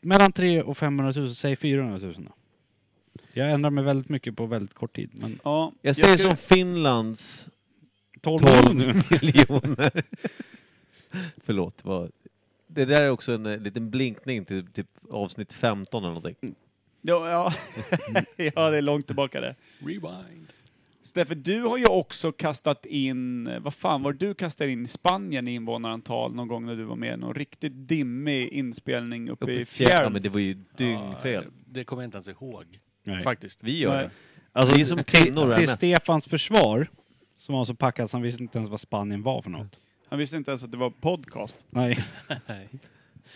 A: mellan 3 och 500 000, säg 400 000 då. Jag ändrar mig väldigt mycket på väldigt kort tid. Men
D: Ja,
B: Jag säger
D: skulle-
B: som Finlands
A: 12,
B: 12
A: nu.
B: miljoner. Förlåt. Vad... Det där är också en eh, liten blinkning till typ avsnitt 15 eller någonting.
D: Ja, ja. ja, det är långt tillbaka det.
C: Rewind.
D: Steffe, du har ju också kastat in, eh, vad fan var det du kastade in i Spanien i invånarantal någon gång när du var med? Någon riktigt dimmig inspelning uppe,
B: Uppe
D: i
B: Ja,
D: fjärran.
B: men det var ju dyngfel.
C: Det kommer jag inte ens ihåg.
A: Nej.
C: Faktiskt.
B: Vi gör
D: Nej.
B: det. Alltså, vi är som kvinnor
A: Till
B: är
A: Stefans försvar, som var så packad så han visste inte ens vad Spanien var för något.
D: Han visste inte ens att det var podcast.
A: Nej.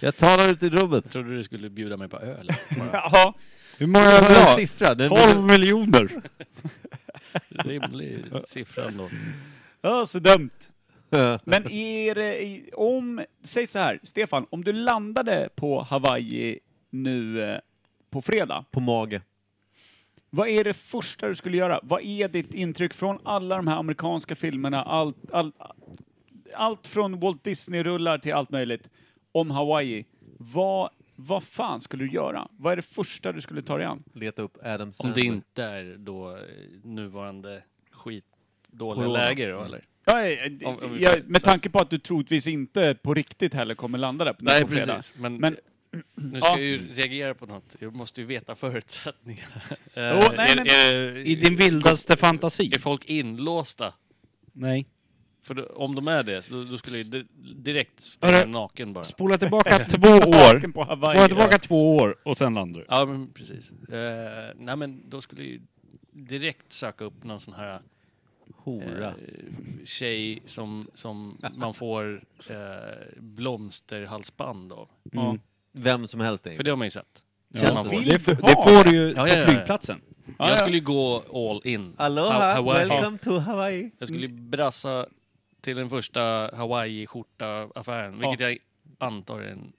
B: Jag talar ut i
C: Jag
B: rubbet.
C: trodde du skulle bjuda mig på öl.
D: Ja,
A: Hur många
B: Jag har en
A: bra?
B: siffra. Den
A: 12 miljoner!
C: Rimlig siffra ändå.
D: ja så dumt.
B: Eh,
D: Men är det, i- om, säg så här, Stefan, om du landade på Hawaii nu eh, på fredag,
B: På mage.
D: vad är det första du skulle göra? Vad är ditt intryck från alla de här amerikanska filmerna, allt, allt, allt från Walt Disney-rullar till allt möjligt, om Hawaii? Vad, vad fan skulle du göra? Vad är det första du skulle ta dig an?
B: Leta upp Adam
C: Om
B: Sandler.
C: det inte är då eh, nuvarande skitdåliga
B: Corona.
C: läge då, eller?
D: Ja, eh, eh,
C: Om- om vi-
D: jag, med tanke på att du troligtvis inte på riktigt heller kommer landa där på,
C: Nej,
D: på fredag.
C: precis. Men,
D: Men-
C: nu ska
D: Ja.
C: jag ju reagera på något. Jag måste ju veta förutsättningarna. Eh,
D: nej,
C: är-
D: men-
C: är-
A: I din vildaste fantasi?
C: Är folk inlåsta?
A: Nej.
C: För då, om de är det, så då, då skulle jag ju di- direkt
A: Hörru.
C: springa naken bara.
A: Spola tillbaka två år.
D: På
A: Spola
D: Hawaii.
A: tillbaka två år och sen landar du.
C: Ja, men precis. Eh, nej, men då skulle jag ju direkt söka upp någon sån här
B: Hora.
C: eh, tjej som, som man får eh, blomsterhalsband av.
D: Ja.
B: Vem som helst. är
C: För det har man ju sett.
A: Ja.
C: Man får.
D: Vill
A: Det, f-
D: du
A: det
D: ha?
A: får du ju
C: ja, ja, ja.
A: på flygplatsen.
D: Ja, ja.
C: Jag skulle ju gå all in. Ha-
B: Aloha,
C: Hawaii.
B: welcome to Hawaii.
C: Jag skulle ju brassa till den första Hawaii-skjorta-affären, vilket jag antar är en...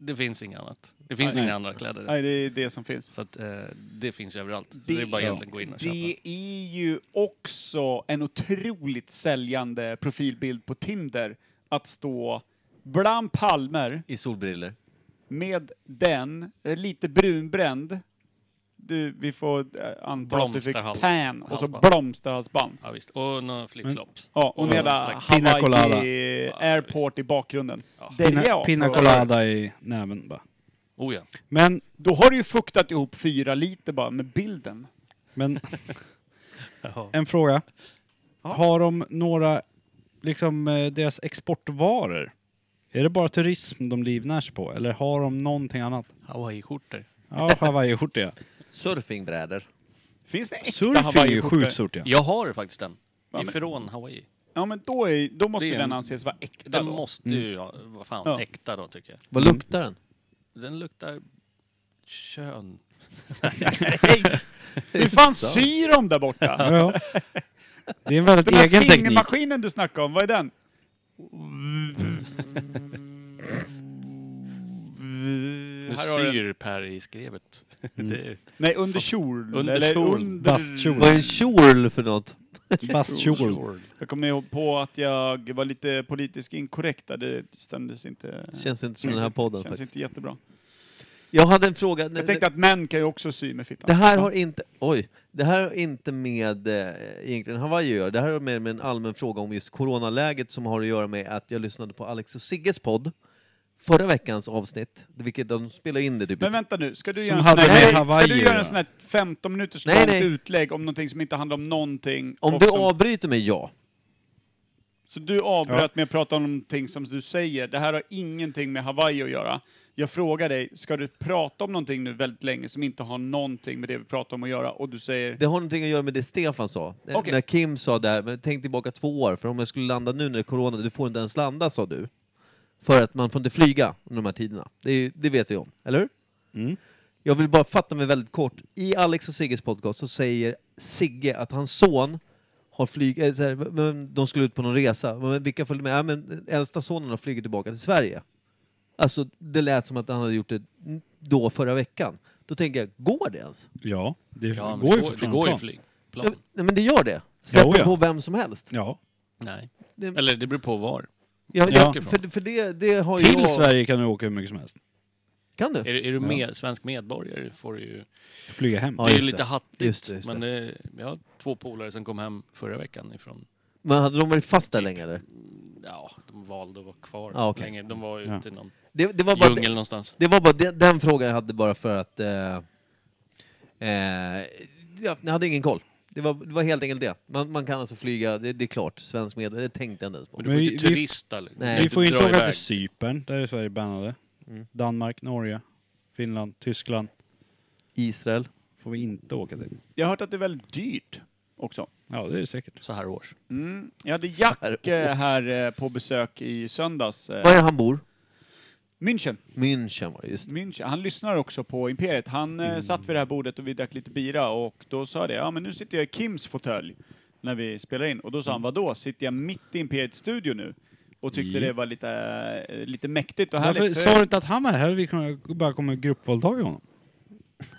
C: Det finns inget annat. Det finns
D: Nej.
C: inga andra kläder.
D: Nej, det är det som finns.
C: Så att, eh, det finns ju överallt. Så det, är bara egentligen att gå in och
D: det
C: köpa.
D: är ju också en otroligt säljande profilbild på Tinder att stå bland palmer
B: I solbriller.
D: med den, eh, lite brunbränd, du, vi får eh, anta att du fick
C: Blomsterhals-
D: tan, och så
C: halsband.
D: blomsterhalsband.
C: Ja, visst. Och några flipflops.
D: Ja, och
C: Och
D: en jävla
C: slags
A: pina colada.
D: Hawaii Airport i bakgrunden. Det är
A: Pina,
D: jag.
A: pina colada i näven bara.
C: Oh ja.
A: Men,
D: Då har du ju fuktat ihop fyra liter bara med bilden.
A: men en fråga. Har de några, liksom eh, deras exportvaror? Är det bara turism de livnär sig på? Eller har de någonting annat?
C: Hawaii-skjortor.
A: Ja, hawaiiskjortor ja.
B: Surfingbrädor.
D: Finns det äkta
A: Surfing är ju
D: Hawaii-skjortor?
A: sjukt stort ja.
C: Jag har faktiskt den.
D: Ja, men-
C: Ifrån Hawaii.
D: Ja, men då, är, då måste
C: Det är
D: ju den
C: en-
D: anses vara äkta
C: Den
D: då.
C: måste ju, ja, vad fan,
D: Ja.
C: äkta då tycker jag.
D: Mm.
B: Vad luktar den?
C: Den luktar kön.
D: Det fanns syr om där borta!
A: Ja. Det är en väldigt
D: Den här
A: egen teknik.
D: singelmaskinen du snackade om, vad är den?
C: Nu
D: Här har du en-
C: syr Per i skrevet. Det är
D: Nej, under kjol.
C: Under
D: eller
C: kjol.
D: under...
A: Bastkjol.
B: Vad är en kjol för något?
A: Bastkjol.
D: Jag kommer ihåg på att jag var lite politiskt inkorrekt där, det stämdes inte...
B: Känns inte som den här podden
D: Känns
B: faktiskt.
D: inte jättebra.
B: Jag hade en fråga.
D: Jag tänkte att män kan ju också sy med fittan.
B: Det här har inte, oj, det här har inte med eh, egentligen Hawaii att göra. Det här har mer med en allmän fråga om just coronaläget som har att göra med att jag lyssnade på Alex och Sigges podd förra veckans avsnitt, vilket de spelade in det typ.
D: Men vänta nu, ska du
A: Som
D: göra en sån
A: hade med
D: här, ska
A: Hawaii
D: du göra
A: då?
D: en sån här 15 minuters
B: Nej,
D: långt
B: nej.
D: utlägg om någonting som inte handlar om någonting?
B: om
D: och
B: du
D: som-
B: avbryter mig, ja.
D: Så du avbröt med att prata om någonting som du säger, det här har ingenting med Hawaii att göra. Jag frågar dig, ska du prata om någonting nu väldigt länge som inte har någonting med det vi pratar om att göra? Och du säger,
B: Det har någonting att göra med det Stefan sa. Eh,
D: Okej.
B: När Kim sa där, men tänk tillbaka två år, för om jag skulle landa nu när det är corona, du får inte ens landa sa du. För att man får inte flyga under de här tiderna. Det, är- det vet jag ju om, eller hur?
A: Mm.
B: Jag vill bara fatta mig väldigt kort. I Alex och Sigges podcast så säger Sigge att hans son har flyg... eh, så här, men- men De skulle ut på någon resa. Men vilka följde med? Ja, men äldsta sonen har flugit tillbaka till Sverige. Alltså, det lät som att han hade gjort det då förra veckan. Då tänker jag, går det ens?
A: Ja, det
C: ja, men
A: går
C: det
A: ju
C: går,
A: för
C: det
A: fan
C: går ju
A: plan.
B: Ja,
C: flygplan.
B: Nej men det gör det. Släpper
A: Jo, ja.
B: på vem som helst.
A: Ja.
C: Nej.
B: Det,
C: Eller det beror på var.
B: ja,
A: Ja.
B: jag, för, för det, det har
A: Till
B: jag...
A: Sverige kan du åka hur mycket som helst.
B: Kan du?
C: Är, du- är du med, svensk medborgare får du ju...
A: Flyga hem.
B: Ja,
C: det är ju
B: just
C: lite
B: det.
C: hattigt,
B: Just det, just
C: men det, jag har två polare som kom hem förra veckan ifrån...
B: Men hade de varit fast
A: Typ.
B: där länge eller?
C: Ja, de valde att vara kvar
B: Ja, okej.
C: länge. De var
A: Ja.
C: ute i någon
B: Det, det var bara,
C: djungel
B: det,
C: någonstans.
B: det var bara de- den frågan jag hade bara för att... Eh, eh, ja, jag hade ingen koll. Det var, det var helt enkelt det. Man, man kan alltså flyga, det, det är klart, svensk medborgare, det tänkte jag inte ens på.
C: Men du får
A: Men
C: inte
A: vi- vi-
C: turista. liksom.
B: Nej.
C: Du
A: Vi får ju inte
C: dra
A: åka
C: iväg.
A: till Cypern, där är Sverige bannade.
B: Mm.
A: Danmark, Norge, Finland, Tyskland
B: Israel.
A: får vi inte åka till.
D: Jag har hört att det är väldigt dyrt också.
A: Ja, det är det säkert.
C: så här års.
D: Mm. Jag hade
B: Så här
D: Jack eh, här eh, på besök i söndags. eh,
B: Var är han bor?
D: München.
B: München var det, just det.
D: München. Han lyssnar också på Imperiet. Han
A: Mm.
D: eh, satt vid det här bordet och vi drack lite bira och då sa jag det, ja men nu sitter jag i Kims fåtölj när vi spelar in. Och då
A: Mm.
D: sa han, vadå, sitter jag mitt i Imperiets studio nu? Och tyckte det var lite, eh, lite mäktigt och
A: Mm. Varför
D: härligt.
A: sa du
D: Så,
A: inte att han var här? Vi kunde bara komma och gruppvåldtaga honom.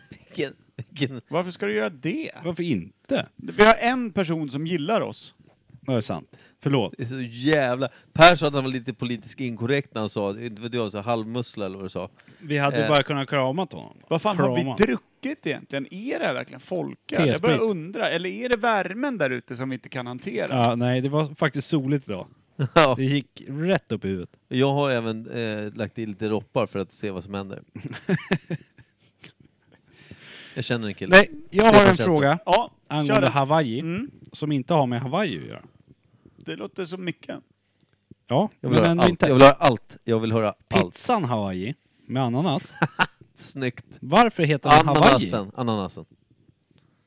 B: Vilken, vilken,
D: varför ska du göra det?
A: Varför inte?
D: Vi har en person som gillar oss.
A: Det är sant. Förlåt.
B: det är så jävla... Per sa att han var lite politiskt inkorrekt när han sa, inte vet jag, så halvmussla eller vad du sa.
A: Vi hade
B: Eh.
A: bara kunnat kramat honom.
D: Vad fan har
A: Krama.
D: vi druckit egentligen? Är det här verkligen folköl? Jag
A: T-sprit.
D: börjar undra. Eller är det värmen där ute som vi inte kan hantera?
A: Ja, nej, det var faktiskt soligt idag.
B: Ja.
A: Det gick rätt upp i huvudet.
B: Jag har även eh, lagt i lite roppar för att se vad som händer. jag känner en kille.
A: Nej, jag har en
B: Stefan
A: fråga
D: Ja, kör
A: angående
D: den.
A: Hawaii
D: Mm,
A: som inte har med Hawaii att göra.
D: det låter så mycket.
A: Ja,
B: Jag vill,
A: men
B: höra
A: ändå
B: allt.
A: inte.
B: jag vill höra allt. Jag vill höra allt.
A: Pizzan Hawaii med ananas.
B: Snyggt.
A: Varför heter den Hawaii?
B: Ananasen. Ananasen.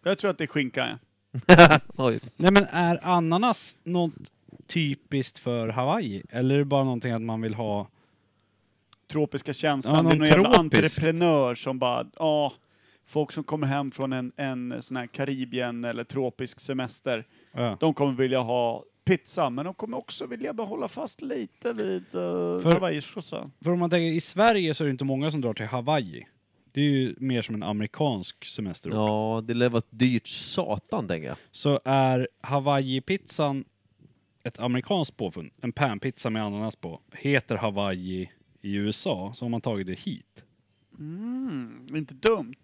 D: Jag tror att det är skinka. ja.
B: Oj.
A: Nej men är ananas något typiskt för Hawaii? Eller är det bara någonting att man vill ha?
D: tropiska känslan.
A: Ja,
D: det är
A: någon
D: någon jävla
A: tropisk.
D: entreprenör som bara, ja, folk som kommer hem från en, en sån här Karibien eller tropisk semester,
A: Ja.
D: de kommer vilja ha pizza, men de kommer också vilja behålla fast lite vid uh,
A: För-
D: hawaiiskjortan.
A: För om man tänker i Sverige så är det inte många som drar till Hawaii. Det är ju mer som en amerikansk semester.
B: Ja, det lär vara ett dyrt satan tänker jag.
A: Så är Hawaii-pizzan ett amerikanskt påfund, en panpizza med ananas på, heter Hawaii i USA, så har man tagit det hit.
D: Mm, inte dumt.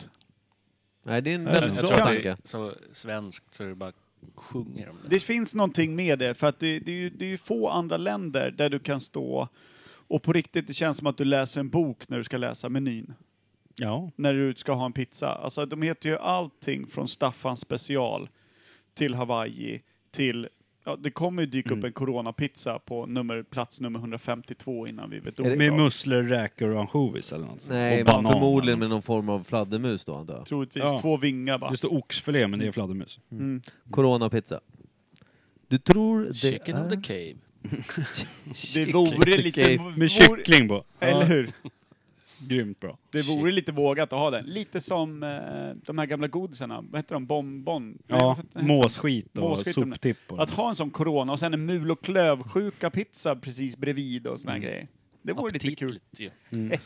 B: Nej, det är en
A: Ja,
B: väldigt
C: Jag
B: bra
C: tror att det
B: tanke.
C: är så svenskt så det bara sjunger om det.
D: Det finns någonting med det, för att det, det, är ju, det är ju få andra länder där du kan stå och på riktigt, det känns som att du läser en bok när du ska läsa menyn.
A: Ja.
D: när du ska ha en pizza. Alltså de heter ju allting från Staffans special till Hawaii till Ja, det kommer ju dyka
A: Mm.
D: upp en coronapizza på nummer, plats nummer 152 innan vi vet
A: Med
D: ordet.
A: musslor, räkor och ansjovis eller något.
B: Nej,
A: och
B: men
A: banan.
B: förmodligen med någon form av fladdermus då antar jag.
D: Troligtvis
A: Ja.
D: två vingar bara.
A: Det står oxfilé, men det är fladdermus.
D: Mm.
B: Coronapizza. Du tror det
C: Chicken
B: är...
C: of the cave.
D: Det vore lite...
B: Okej.
A: Med
D: vore-
A: kyckling på.
D: Eller hur?
A: Grymt bra.
D: Det vore lite vågat att ha den. Lite som eh, de här gamla godisarna, vad heter de? Bonbon? Nej,
A: Ja,
D: vad heter de?
A: måsskit och
D: Måsskit och-
A: soptipp. Och
D: Att ha en sån corona och sen en mul och klövsjuka pizza precis bredvid och såna här
A: Mm.
D: grejer. Det vore lite kul.
C: Aptitligt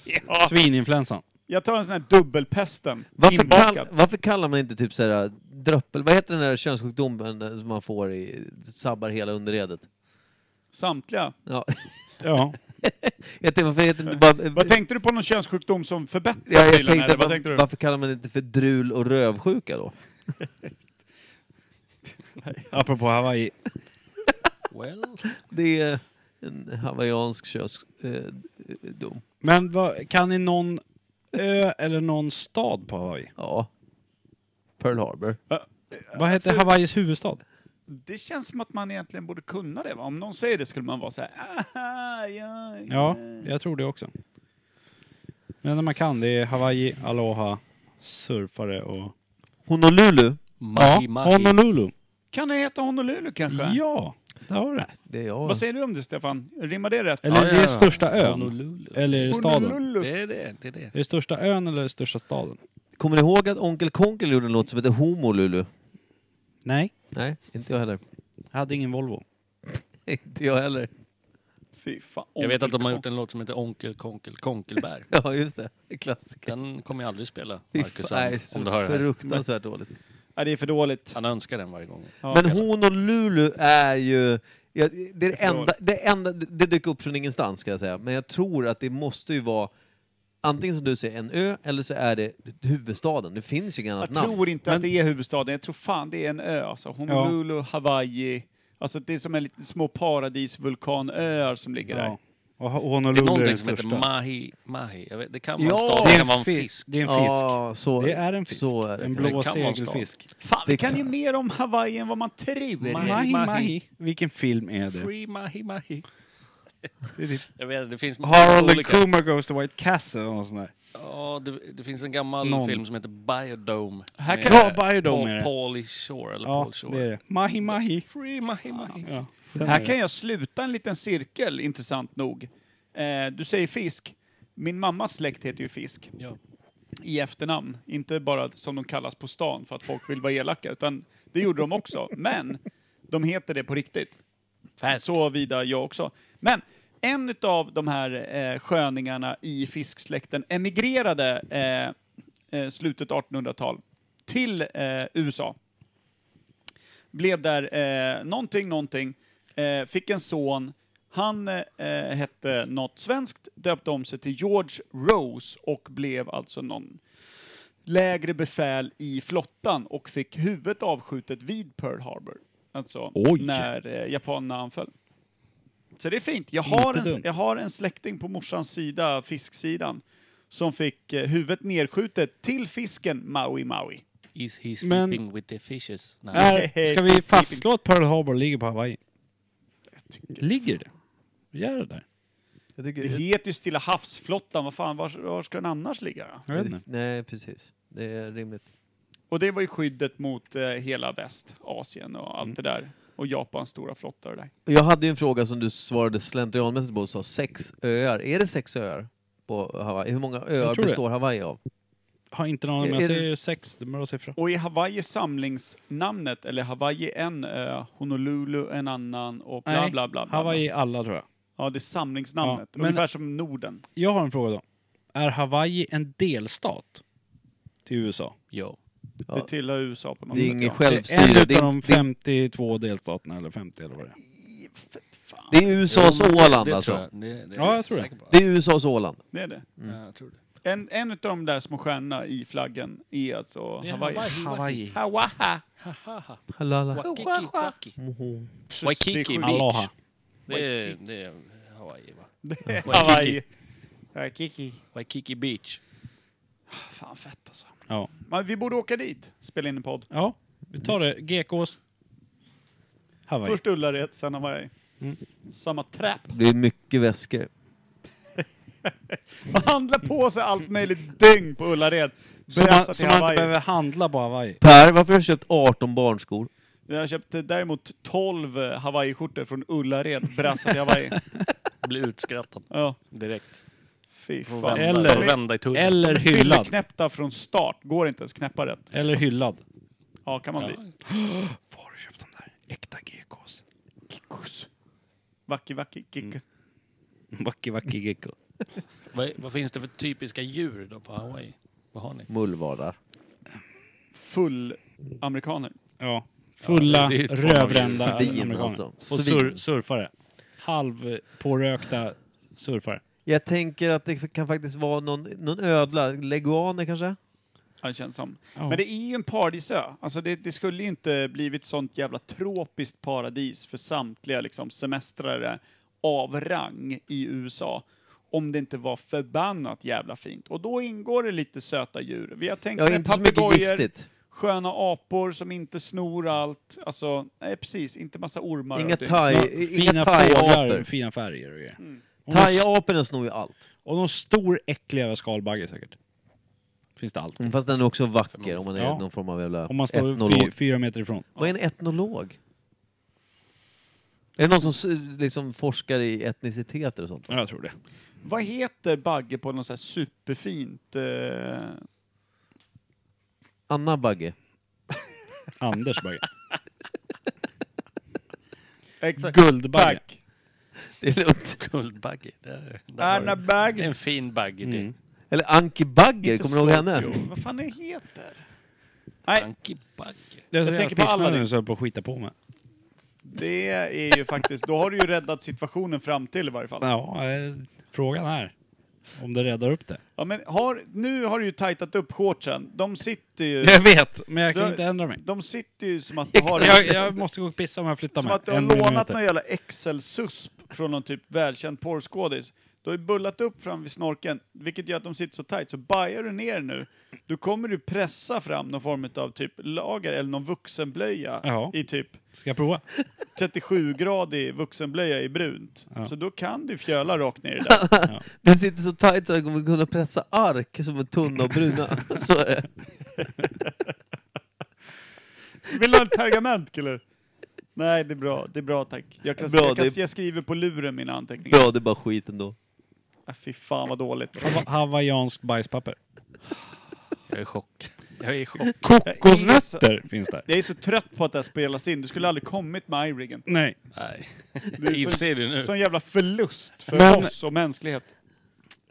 C: ju.
D: Ja.
A: Svininfluensan.
D: Jag tar en sån här dubbelpesten.
B: Varför, kall,
D: Inbakad.
B: varför kallar man inte typ såhär dröppel... Vad heter den där könssjukdomen eh, som man får i... Sabbar hela underredet?
D: Samtliga.
B: Ja.
A: Ja.
B: Jag tänkte, varför heter det inte bara...
D: Vad tänkte du på någon könssjukdom som förbättrar
B: Ja, jag
D: prylarna,
B: tänkte,
D: eller vad
B: var,
D: tänkte du?
B: Varför kallar man det inte för drul och rövsjuka då?
A: Apropå Hawaii.
C: Well,
B: Det är en hawaiiansk könsdom. Eh, dom.
A: Men vad, kan ni någon ö eller någon stad på Hawaii?
B: ja. Pearl Harbor.
A: Vad heter
D: Alltså-
A: Hawaiis huvudstad?
D: Det känns som att man egentligen borde kunna det va? Om någon säger det skulle man vara så här. "Ah, ja,
A: Ja, jag tror det också. Men när man kan, det är Hawaii, Aloha, surfare och...
B: Honolulu.
C: mahi mahi.
A: Honolulu.
D: Kan det heta Honolulu kanske?
A: Ja, där har du det.
B: Det är jag.
D: Vad säger du om det Stefan? Rimmar det rätt?
A: Eller
C: Ja,
A: det
C: ja,
A: är största
C: ja.
A: ön.
C: Honolulu.
A: Eller staden.
D: Honolulu.
C: Det är det, det är det.
A: Är det största ön eller största staden?
B: Kommer ni ihåg att Onkel Konkel gjorde en låt som heter Homolulu?
A: Nej.
B: Nej, inte jag heller.
A: Jag hade ingen Volvo.
B: inte jag heller.
D: Fy fan.
C: Jag vet att de har gjort en låt som heter Onkel Konkel Konkelbär.
B: Ja, just det. En klassiker.
C: Den kommer jag aldrig spela,
B: Fy
C: Marcus
B: fan,
C: Sand,
B: nej, så
C: om du hör det här.
B: Fruktansvärt dåligt.
D: Ja, det är för dåligt.
C: Han önskar den varje gång.
D: Ja.
B: Men Honolulu är ju... Ja, det, är det,
D: förstår.
B: enda, det enda... Det dök upp från ingenstans, ska jag säga. Men jag tror att det måste ju vara antingen som du säger en ö eller så är det huvudstaden. Det finns ju inget annat
D: Jag
B: namn.
D: tror inte att det är huvudstaden, jag tror fan det är en ö alltså. Honolulu, Hawaii. Alltså det är som en liten små paradisvulkanöar som ligger där.
A: Ja. Och
C: Det är
A: Honolulu är den
C: någonting som heter
A: största.
C: mahi, mahi. Jag vet, det kan vara
B: Ja,
C: en stad,
B: det
C: det
B: är
C: kan vara en
A: fi-
C: fisk.
A: Det är en fisk.
B: Ja, så,
A: det är en fisk.
B: Så är det.
A: en
C: Det kan
A: blå
C: vara en stad.
A: segelfisk.
D: Fan, vi
B: Det
D: kan
B: kan-
D: ju mer om Hawaii än vad man tror.
C: Mahi,
A: Mahi,
C: mahi.
A: mahi. Vilken film är det?
C: Free mahi, mahi.
A: Det är typ
C: Jag vet, det finns
A: Harold and
C: olika.
A: Kumar Goes to White Castle eller något sånt där.
C: Ja, det, det finns en gammal
A: Någon.
C: film som heter Biodome.
D: Här
C: med
D: kan-
A: Ja, Biodome är det.
C: Pauly Shore, eller
A: Ja,
C: Paul Shore.
A: det är det. Mahi, mahi.
C: Free mahi, mahi.
A: Ja,
D: Här kan jag sluta en liten cirkel, intressant nog. Eh, du säger fisk. Min mammas släkt heter ju Fisk
C: Ja.
D: i efternamn. Inte bara som de kallas på stan för att folk vill vara elaka, utan det gjorde de också. Men de heter det på riktigt.
C: Färsk.
D: Såvida jag också. Men en av de här eh, sköningarna i fisksläkten emigrerade eh, eh, slutet 1800-tal till eh, USA. Blev där eh, någonting, någonting. Eh, fick en son. Han eh, hette något svenskt, döpte om sig till George Rose och blev alltså någon lägre befäl i flottan och fick huvudet avskjutet vid Pearl Harbor. Alltså
A: Oj.
D: när eh, japanerna anföll. Så det är fint. Jag har,
A: Inte
D: en,
A: dumt.
D: jag har en släkting på morsans sida, fisksidan, som fick eh, huvudet nedskjutet till fisken Maui Maui.
C: Is he
A: Men-
C: sleeping with the fishes? Nej.
A: Här, ska vi fastslå att Pearl Harbor ligger på Hawaii? Ligger det? Gör det där?
B: Jag
D: Det
B: tycker,
D: heter ju Stilla havsflottan, vad fan, var, var ska den annars ligga då?
A: Jag vet inte.
B: nej, precis. Det är rimligt.
D: Och det var ju skyddet mot eh, hela väst, Asien och
A: Mm.
D: allt det där. Och Japans stora flotta och det där.
B: Jag hade ju en fråga som du svarade slentrianmässigt på och sa sex öar. Är det sex öar på Hawaii? Hur många öar
A: tror det.
B: består Hawaii av?
A: Har inte någon aning, men
B: Är
A: jag
B: det-
A: säger ju sex. Det är en bra siffra.
D: Och i Hawaii samlingsnamnet, eller Hawaii en ö, Honolulu en annan och bla bla
A: Nej,
D: bla. bla, bla.
A: Hawaii är alla tror jag.
D: Ja, det är samlingsnamnet.
A: Ja, men-
D: Ungefär som Norden.
A: Jag har en fråga då. Är Hawaii en delstat till USA?
C: Ja.
B: Ja.
D: Det tillhör USA på något
B: Det är
D: sätt.
B: inget
D: ja.
A: Det är en
B: självstyre. Det
A: utav
B: är,
A: de 52 delstaterna, eller 50 eller vad det är.
B: det är USAs
C: Jo, men
B: Åland
C: det,
B: alltså.
C: Det, tror jag. det, det är
A: Ja, jag tror det.
C: säker på.
B: Det är USAs Åland.
D: Det är det.
A: Mm.
C: Ja, jag tror det.
D: En, en av de där små stjärnorna i flaggan är alltså
C: Det är
D: Hawaii.
C: Hawaii.
D: Hawaii.
C: Haha.
B: Halala.
C: Waikiki, Waikiki. Waikiki.
D: Det är sjukt.
A: Aloha.
C: Det är, det är Hawaii, va?
D: Det är
C: Waikiki.
D: Hawaii. Waikiki.
C: Waikiki Beach.
D: Fan fett alltså.
A: Ja.
D: Men vi borde åka dit, spela in en podd.
A: ja, vi tar det. Gekås. Hawaii.
D: Först Ullared, sen Hawaii.
C: Mm.
D: Samma trap.
B: Det är mycket väskor.
D: Man handlar på sig allt möjligt dyng på Ullared.
A: så man, så
D: Brösa till
A: man inte
D: Hawaii.
A: behöver handla på Hawaii.
B: Per, varför har du köpt 18 barnskor?
D: Jag köpte däremot 12 Hawaii-skjortor från Ullared, brassa till Hawaii.
C: Blir utskrattad
D: Ja,
C: direkt.
D: fy
C: Får
D: fan.
C: vända,
A: Eller-
C: får vända i tullen.
A: Eller hyllad.
D: Fylleknäppta från start, går inte ens knäppa rätt.
A: Eller hyllad.
D: Ja, kan man
C: Ja.
D: bli.
A: Var har du köpt de där? Äkta gekås.
D: Vacki, vacki,
C: Mm.
D: kick.
A: Wacky wacky gecko.
C: Vad, vad finns det för typiska djur då på Hawaii? Vad har ni?
B: Mullvadar.
D: Full amerikaner.
A: Ja. Fulla,
C: Ja, det är ju två
A: rödbrända
B: Svin,
A: amerikaner.
B: alltså.
A: Och
B: Svin.
A: sur, surfare. Halvpårökta surfare.
B: Jag tänker att det kan faktiskt vara någon, någon ödla. Leguaner kanske?
D: Ja, Det känns som.
A: Ja.
D: Men det är ju en paradisö. Alltså det, det skulle ju inte blivit sånt jävla tropiskt paradis för samtliga liksom, semestrare av rang i USA om det inte var förbannat jävla fint. Och då ingår det lite söta djur. Vi har tänkt
B: Ja,
D: med
B: inte så mycket
D: papegojor,
B: giftigt.
D: sköna apor som inte snor allt. Alltså, nej precis, inte massa ormar
B: Inga
D: och typ.
A: Ja,
D: dyng.
B: thai-
A: fina
B: inga
A: fåglar,
B: thai-apor.
A: fina färger och grejer. Och någon s-
B: Thai-aporna snor ju allt.
A: Och någon stor äcklig jävla skalbagge säkert. Finns det allt.
B: Mm, Fast den är också vacker om man är
A: Ja.
B: någon form av jävla
A: Om man står fy,
B: etnolog.
A: fyra meter ifrån.
B: Vad är en etnolog? Är det någon som s- liksom forskar i etniciteter och sånt?
A: Ja, jag tror det.
D: Vad heter bagge på något så här superfint... Eh...
B: Anna Bagge.
A: Anders Bagge.
D: Exakt.
A: Guldbagge.
D: Tack.
B: Det är lugnt.
C: Guldbagge. Det är, där har
D: Anna
C: du.
D: Bagge.
C: Det är en fin bagge det.
A: Mm.
B: Eller Anki Bagger,
D: Inte
B: kommer du ihåg henne?
D: Scorpio. Vad fan är det heter? Nej,
C: Anki bagge.
A: Jag, jag tänker på alla
D: det.
A: nu så jag höll på att skita på mig.
D: det är ju faktiskt... Då har du ju räddat situationen fram till i varje fall.
A: Ja, eh, frågan är. Om det räddar upp det.
D: Ja, men har, nu har du ju tajtat upp shortsen. De sitter ju...
A: Jag vet, men jag kan
D: Du-
A: inte ändra mig.
D: De sitter ju som att du har,
A: Jag, jag måste gå och pissa om jag flyttar
D: som
A: mig.
D: att du har
A: En
D: lånat
A: millimeter.
D: någon jävla Excel-susp från någon typ välkänd porrskådis. Du har ju bullat upp fram vid snorkeln, vilket gör att de sitter så tajt. Så bajar du ner nu, då kommer du pressa fram någon form av typ lager eller någon vuxenblöja
A: Ja.
D: i typ
A: Ska jag prova?
D: 37-gradig vuxenblöja i brunt.
A: Ja.
D: Så då kan du fjöla rakt ner i det.
B: Den sitter så tajt så jag kommer kunna pressa ark som är tunna och bruna. Så är det.
D: Vill du ha ett pergament eller? Nej, det är bra. Det är bra tack. Jag, kan,
B: Bra,
D: jag, kan,
B: det är-
D: jag skriver på luren mina anteckningar.
B: Bra, det är bara skit ändå.
D: Ah, fy fan vad dåligt.
A: Hava- Hawaiianskt bajspapper.
C: Jag är i chock. Jag är i chock.
A: Kokosnötter finns där.
D: Jag är så trött på att det här spelas in. Du skulle aldrig kommit med iRiggen.
A: Nej.
C: Nej.
D: Det är så-
C: Inser du nu?
D: Sån jävla förlust för
A: Men-
D: oss och mänsklighet.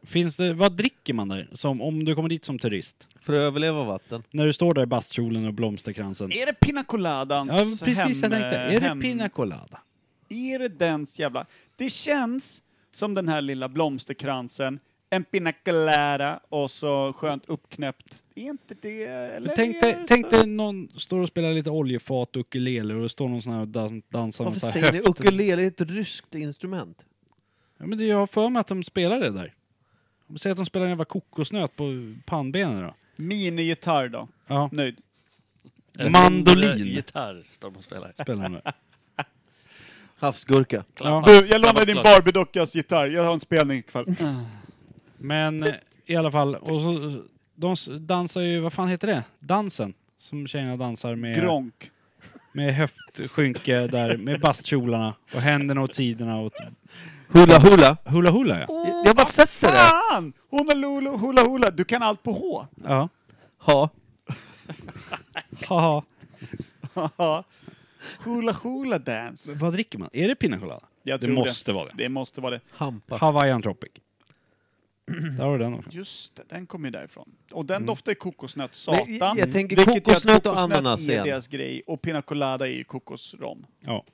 A: Finns det, vad dricker man där? Som om du kommer dit som turist?
B: För att överleva vatten.
A: När du står där i bastkjolen och blomsterkransen.
D: Är det Pina Coladans
A: Ja, precis.
D: hem,
A: Jag tänkte, är
D: hem-
A: det pina colada?
D: Är det dens jävla... Det känns som den här lilla blomsterkransen, en Pina Colada och så skönt uppknäppt. Är inte det... Eller
A: Men Tänk
D: är
A: dig,
D: det
A: tänk
D: så?
A: dig någon står och spelar lite oljefat och ukulele och det står någon sån här och dans, dansar
B: Varför
A: någon så här
B: säger ni
A: höft.
B: ukulele? är ett ryskt instrument.
A: Ja, men det, jag har för mig att de spelar det där. Om vi säger att de spelar en jävla kokosnöt på pannbenen då.
D: Minigitarr då?
A: Ja,
D: Nöjd.
C: En
A: Mandolin.
C: mindre Gitarr står de och spelar.
A: spelar de det.
B: Havsgurka.
A: Ja.
D: Du, jag lånar
C: Klappat
D: din
C: klart.
D: Barbie-dockas gitarr. Jag har en spelning ikväll.
A: Men eh, i alla fall, och så, de s- dansar ju, vad fan heter det? Dansen. Som tjejerna dansar med,
D: Gronk.
A: med höftskynke där, med bastkjolarna och händerna åt sidorna och
B: Hula hula.
A: hula hula ja.
B: Jag har bara sett det där.
D: Fan! Honolulu, hula hula. Du kan allt på H.
A: Ja,
B: Ja.
A: haha.
D: Haha. hula hula dance.
A: Vad dricker man? Är det pina colada?
D: Jag
A: det
D: tror
A: måste vara det.
D: Det måste vara det.
B: Hampa.
A: Hawaiian tropic. Där har du den också.
D: Just det, den kommer ju därifrån. Och den doftar ju kokosnöt,
B: Mm. Men
D: satan.
B: jag- jag tänker
D: Vilket gör att
B: kokosnöt och ananas
D: är
B: igen.
D: deras grej. Och pina colada är ju kokosrom.
A: Ja.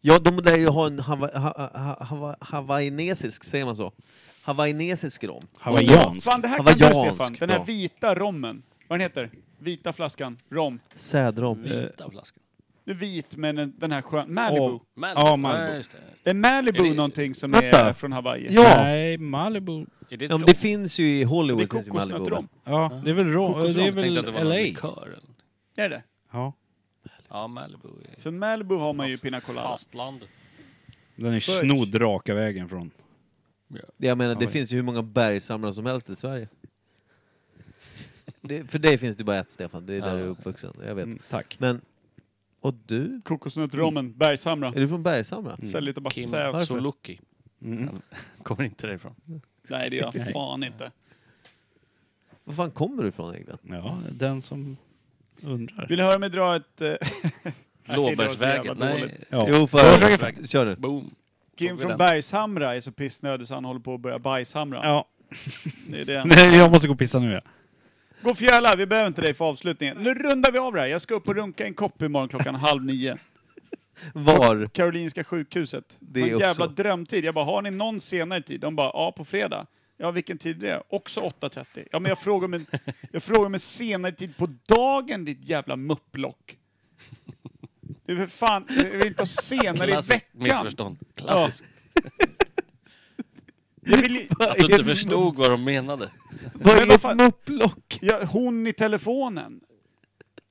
B: Ja, de lär ju ha en hawa- ha- ha- ha- hawaiinesisk, säger man så? Hawaiinesisk rom.
A: Hawaiiansk.
D: Fan, det här kan du
B: Hawaiiansk,
D: Stefan. Den här
B: bra.
D: vita rommen. Vad den heter? Vita flaskan. Rom.
B: Sädrom. Eh,
C: Vita flaskan.
D: Det är vit men den- den här skön... Malibu.
A: Åh.
C: Men,
A: Ja, Malibu.
C: ja, just det. just
D: Det är Malibu
C: Är det-
D: någonting som
B: Vänta.
D: är från Hawaii.
B: Ja!
A: Nej, Malibu.
C: det. Är det
B: ja men
C: rom?
B: det finns ju i Hollywood.
D: Det är
B: heter Malibu.
D: kokosnötrom.
A: Ja, det är väl, Ro-
C: Kokosrom.
A: det är
C: Jag tänkte
A: väl
C: att det var någon
A: LA?
C: likör eller något.
D: Är det?
A: Ja.
C: Ja, Malibu. är-
D: För Malibu har man ju pina colada.
C: Fastland.
A: Den är
D: Fudge.
A: snodd raka vägen från.
B: Jag menar, det
A: Hawaii.
B: finns ju hur många bergssamlare som helst i Sverige. Det, för dig finns det bara ett, Stefan. Det är där
C: Ja.
B: du är uppvuxen. Jag vet.
A: Mm, tack.
B: Men... Och du?
D: Kokosnötrommen, Bergshamra.
B: Är du från Bergshamra?
D: Säljer tobak.
C: Kim
D: Säv.
B: varför?
C: Soluki. Han kommer inte därifrån.
D: Nej, det gör jag fan inte.
B: Var fan kommer du ifrån egentligen?
A: Ja, den som undrar.
D: Vill du höra mig dra ett... eh, det var så jävla
C: Blåbärsvägen.
D: dåligt.
C: Nej.
A: Ja.
B: Jo,
C: Bergshamra.
B: för... Kör nu.
C: Boom.
D: Kim från Bergshamra är så pissnödig så han håller på att börja bajshamra.
A: ja.
D: Det är det. han-
A: Nej, jag måste gå och pissa nu. Ja.
D: Gå och fjäla, vi behöver inte dig för avslutningen. Nu rundar vi av det här. Jag ska upp och runka en kopp imorgon klockan halv nio.
B: Var?
D: Karolinska sjukhuset.
B: Det
D: Sån
B: också.
D: jävla drömtid. Jag bara, har ni någon senare tid? De bara, ja på fredag. Ja, vilken tid är det? Också 8.30. Ja, men jag frågar om en, jag frågar om en senare tid på dagen, ditt jävla mupplock. Du för fan, jag vill inte ha senare i
C: Klassiskt
D: veckan.
C: missförstånd. Klassiskt.
D: Jag vill,
C: Att du inte förstod vad de menade.
B: Vad är
D: vad
B: ett
D: fan-
B: mupplock?
D: jag, hon i telefonen.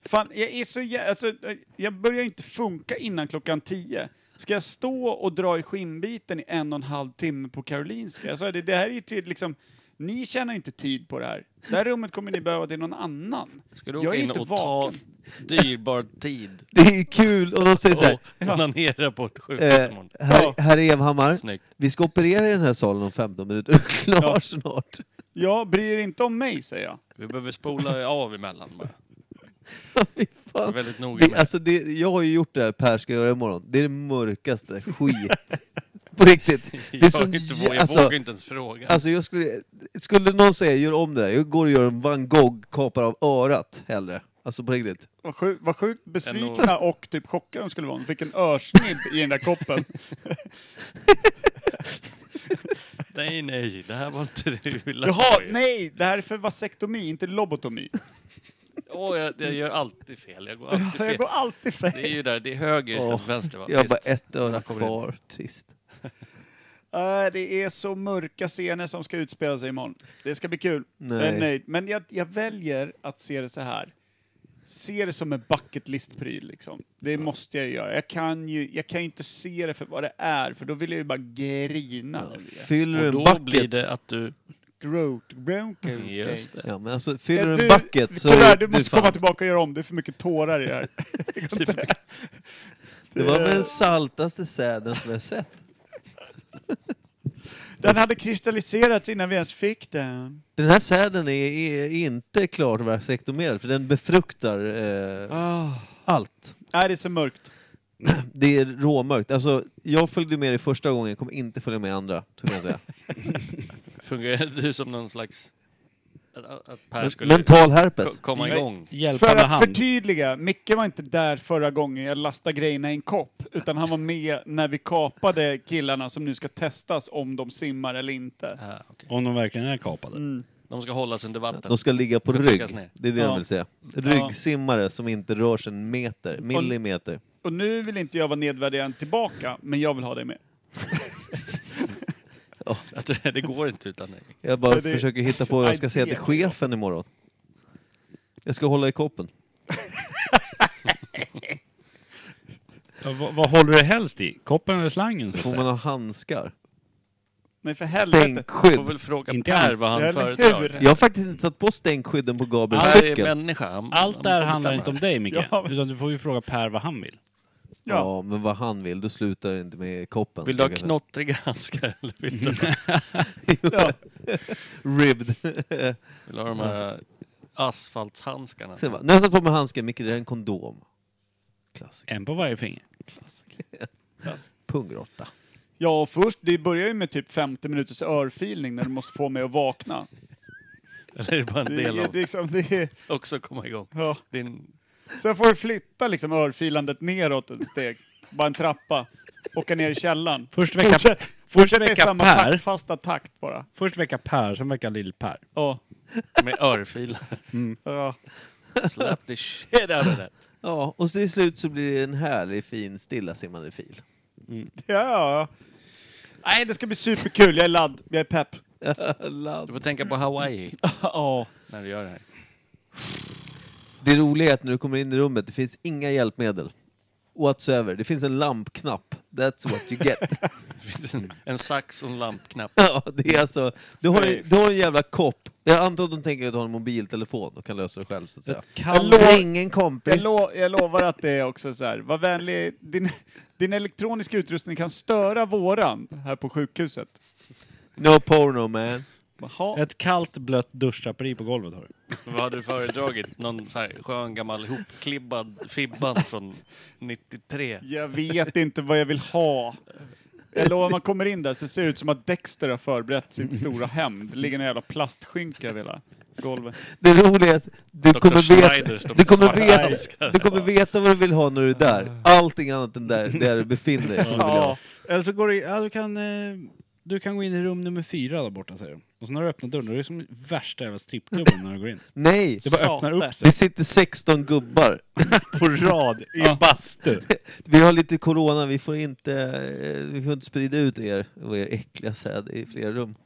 D: Fan, jag är så jä... alltså, jag börjar inte funka innan klockan tio. Ska jag stå och dra i skinnbiten i en och en halv timme på Karolinska? Alltså, det, det här är ju tydligt liksom, ni tjänar inte tid på det här. Det här rummet kommer ni behöva till någon annan.
C: Ska du
D: jag
C: åka
D: är
C: in
D: inte
C: och ta
D: vaken.
C: dyrbar tid
B: Det är kul och de säger så här.
C: och onanera på ett sjukhus
B: Eh,
C: imorgon?
B: herr, herr Evhammar,
C: Snyggt.
B: vi ska operera i den här salen om 15 minuter. Du är klar
D: Ja.
B: snart.
D: Jag bryr er inte om mig, säger jag.
C: Vi behöver spola av emellan bara.
B: Fy
C: Jag är
B: fan.
C: väldigt noga
B: Det,
C: med
B: alltså det, jag har ju gjort det här Per ska göra imorgon. Det är det mörkaste skit. På riktigt.
C: det.
B: Det är
C: Jag,
B: sån
C: har inte,
B: jä-
C: vågat- jag
B: alltså,
C: vågar inte ens fråga.
B: alltså jag skulle, skulle någon säga gör om det där, jag går och gör en van Gogh kapar av örat hellre. Alltså på riktigt.
D: Vad sjuk- vad sjukt besvikna och typ chockade de skulle vara. De fick en örsnibb i den där koppen.
C: nej, nej, det här var inte det du ville
D: Jaha,
C: ha ju.
D: nej! Det här är för vasektomi, inte lobotomi.
C: Åh, jag, jag gör alltid fel. Jag går alltid fel.
D: Jag går alltid
C: Det är
D: fel.
C: ju där, det är höger istället
B: Åh,
C: för vänster va?
B: Jag har bara
C: Visst.
B: ett öra
C: Jag kommer in.
B: kvar. Trist.
D: Nej, Äh, det är så mörka scener som ska utspela sig imorgon. Det ska bli kul.
B: Nej.
D: Jag är nöjd. Men jag, jag väljer att se det så här. Se det som en bucket list-pryl liksom. Det måste jag göra. Jag kan ju jag kan ju inte se det för vad det är, för då vill jag ju bara grina. över det.
B: Fyller du en
C: Och då blir
B: bucket...
C: det att du... Mm,
D: Groat, bronco, gay.
C: Just det.
B: Ja, men alltså, fyller du
D: Du,
B: en bucket så...
D: Tyvärr,
B: det
D: du
B: är
D: måste
B: fan.
D: komma tillbaka och göra om. Det är för mycket tårar i det här.
B: Det var den saltaste säden som jag sett.
D: Den hade kristalliserats innan vi ens fick den.
B: Den här säden är, är inte klart vasektomerad för den befruktar eh,
D: Ah.
B: allt.
D: Nej, Äh, det är så mörkt.
B: Det är råmörkt. Alltså, jag följde med dig första gången, kommer inte följa med andra, så kan jag säga.
C: Fungerar du som någon slags... Att att Per
B: Men,
C: skulle
B: mental herpes.
C: ko- komma
D: Nej.
C: igång?
D: För
A: Hjälpande
D: att
A: hand.
D: förtydliga, Micke var inte där förra gången jag lastade grejerna i en kopp, utan han var med när vi kapade killarna som nu ska testas om de simmar eller inte. Mm.
C: Ah, okej.
A: Om de verkligen är kapade.
C: De ska hållas under vatten.
B: De ska ligga på
C: De ska
B: rygg.
C: tryckas ner.
B: Det är det jag
D: Ja.
B: vill säga. Ryggsimmare som inte rör sig en meter, millimeter.
D: Och nu vill inte jag vara nedvärderande tillbaka, men jag vill ha dig med.
C: Att du- Det går inte utan dig.
B: Jag bara
D: det-
B: försöker hitta på vad jag ska säga till chefen imorgon. Jag ska hålla i koppen.
A: Ja, vad, vad håller du helst i? Koppen eller slangen? Så att
B: Får man
A: säga?
B: ha handskar?
D: Nej, för helvete.
C: Får
B: Stänkskydd.
C: väl fråga
A: Inte
C: Per
A: alls.
C: vad han
D: Eller
C: föredrar.
D: hur?
B: Jag har faktiskt inte satt på stänkskydden på Gabriels
C: Per är
B: cykel.
C: människa. Han-
A: Allt
C: han
A: det här
C: får
A: handlar
C: bestämma.
A: inte om dig Micke,
D: Ja.
A: utan du får ju fråga Per vad han vill.
D: Ja.
B: Ja. men vad han vill, då slutar det inte med koppen.
C: Vill du ha knottriga handskar eller vill du,
D: Ja.
B: Ribbed.
C: vill du ha de här eh, asfaltshandskarna?
B: Sen bara, nu har jag satt på mig handsken, Micke, det är en kondom. Klassiker.
A: En på varje finger.
B: Pungråtta.
D: ja, och först, det börjar ju med typ 50 minuters örfilning när du måste få mig att vakna.
C: Eller är det bara en
D: Det,
C: del
D: är
C: av
D: liksom, det är,
C: också komma igång?
D: ja.
C: Din,
D: Sen får du flytta liksom örfilandet neråt ett steg. Bara en trappa. Åka ner i källaren.
A: Först vecka-
D: Fortsätt-
A: först
D: fortsätt i
A: vecka
D: samma
A: Per.
D: takt, fasta takt bara.
A: Först väcka Per, sen väcka Lill-Per.
D: Ja.
C: med örfilar.
D: Ja.
C: Slap the shit out of that.
B: Ja, och så till slut så blir det en härlig, fin, stillasimmande fil.
D: ja. Nej, det ska bli superkul. Jag är ladd. Jag är pepp.
C: Du får tänka på Hawaii
D: Ja.
C: när du gör det här.
B: Det roliga är att när du kommer in i rummet, det finns inga hjälpmedel. Whatsoever. Det finns en lampknapp. That's what you get.
C: Det finns en, en sax och en lampknapp.
B: Ja, det är alltså... Du har, en, du har en jävla kopp. Jag antar att de tänker att du har en mobiltelefon och kan lösa det själv, så att säga.
D: Jag,
B: Lo-
D: lo-
B: Ring en
D: jag,
B: kompis.
D: lo- jag lovar att det är också så här. Var vänlig. Din, din elektroniska utrustning kan störa våran här på sjukhuset.
B: No porno, man.
D: Jaha.
A: Ett kallt blött duschdraperi på golvet har du.
C: Vad hade du föredragit? Någon så här skön gammal hopklibbad Fibban från 93?
D: Jag vet inte vad jag vill ha. Jag lovar, man kommer in där så ser det ut som att Dexter har förberett sin stora hämnd. Det ligger en jävla plastskynke över hela golvet.
B: Det roliga är att du
C: Dr.
B: kommer,
C: Schneider
B: veta,
C: står
B: du,
C: på
B: kommer
C: svarta
B: veta,
C: handskar.
B: du kommer veta vad du vill ha när du är där. Allting annat än där, där du befinner dig. kommer du vilja ha.
D: Ja,
A: Eller så går du, ja, du, kan, eh, du kan gå in i rum nummer fyra där borta säger de. Och sen har du öppnat dörren, och det är som värsta jävla strippklubben när du går in.
B: Nej!
A: Det bara öppnar upp sig.
B: Det sitter 16 gubbar.
A: På rad, i
D: Ja.
A: bastu.
B: Vi har lite corona, vi får inte, eh, vi får inte sprida ut er och er äckliga säd i fler rum.
A: Så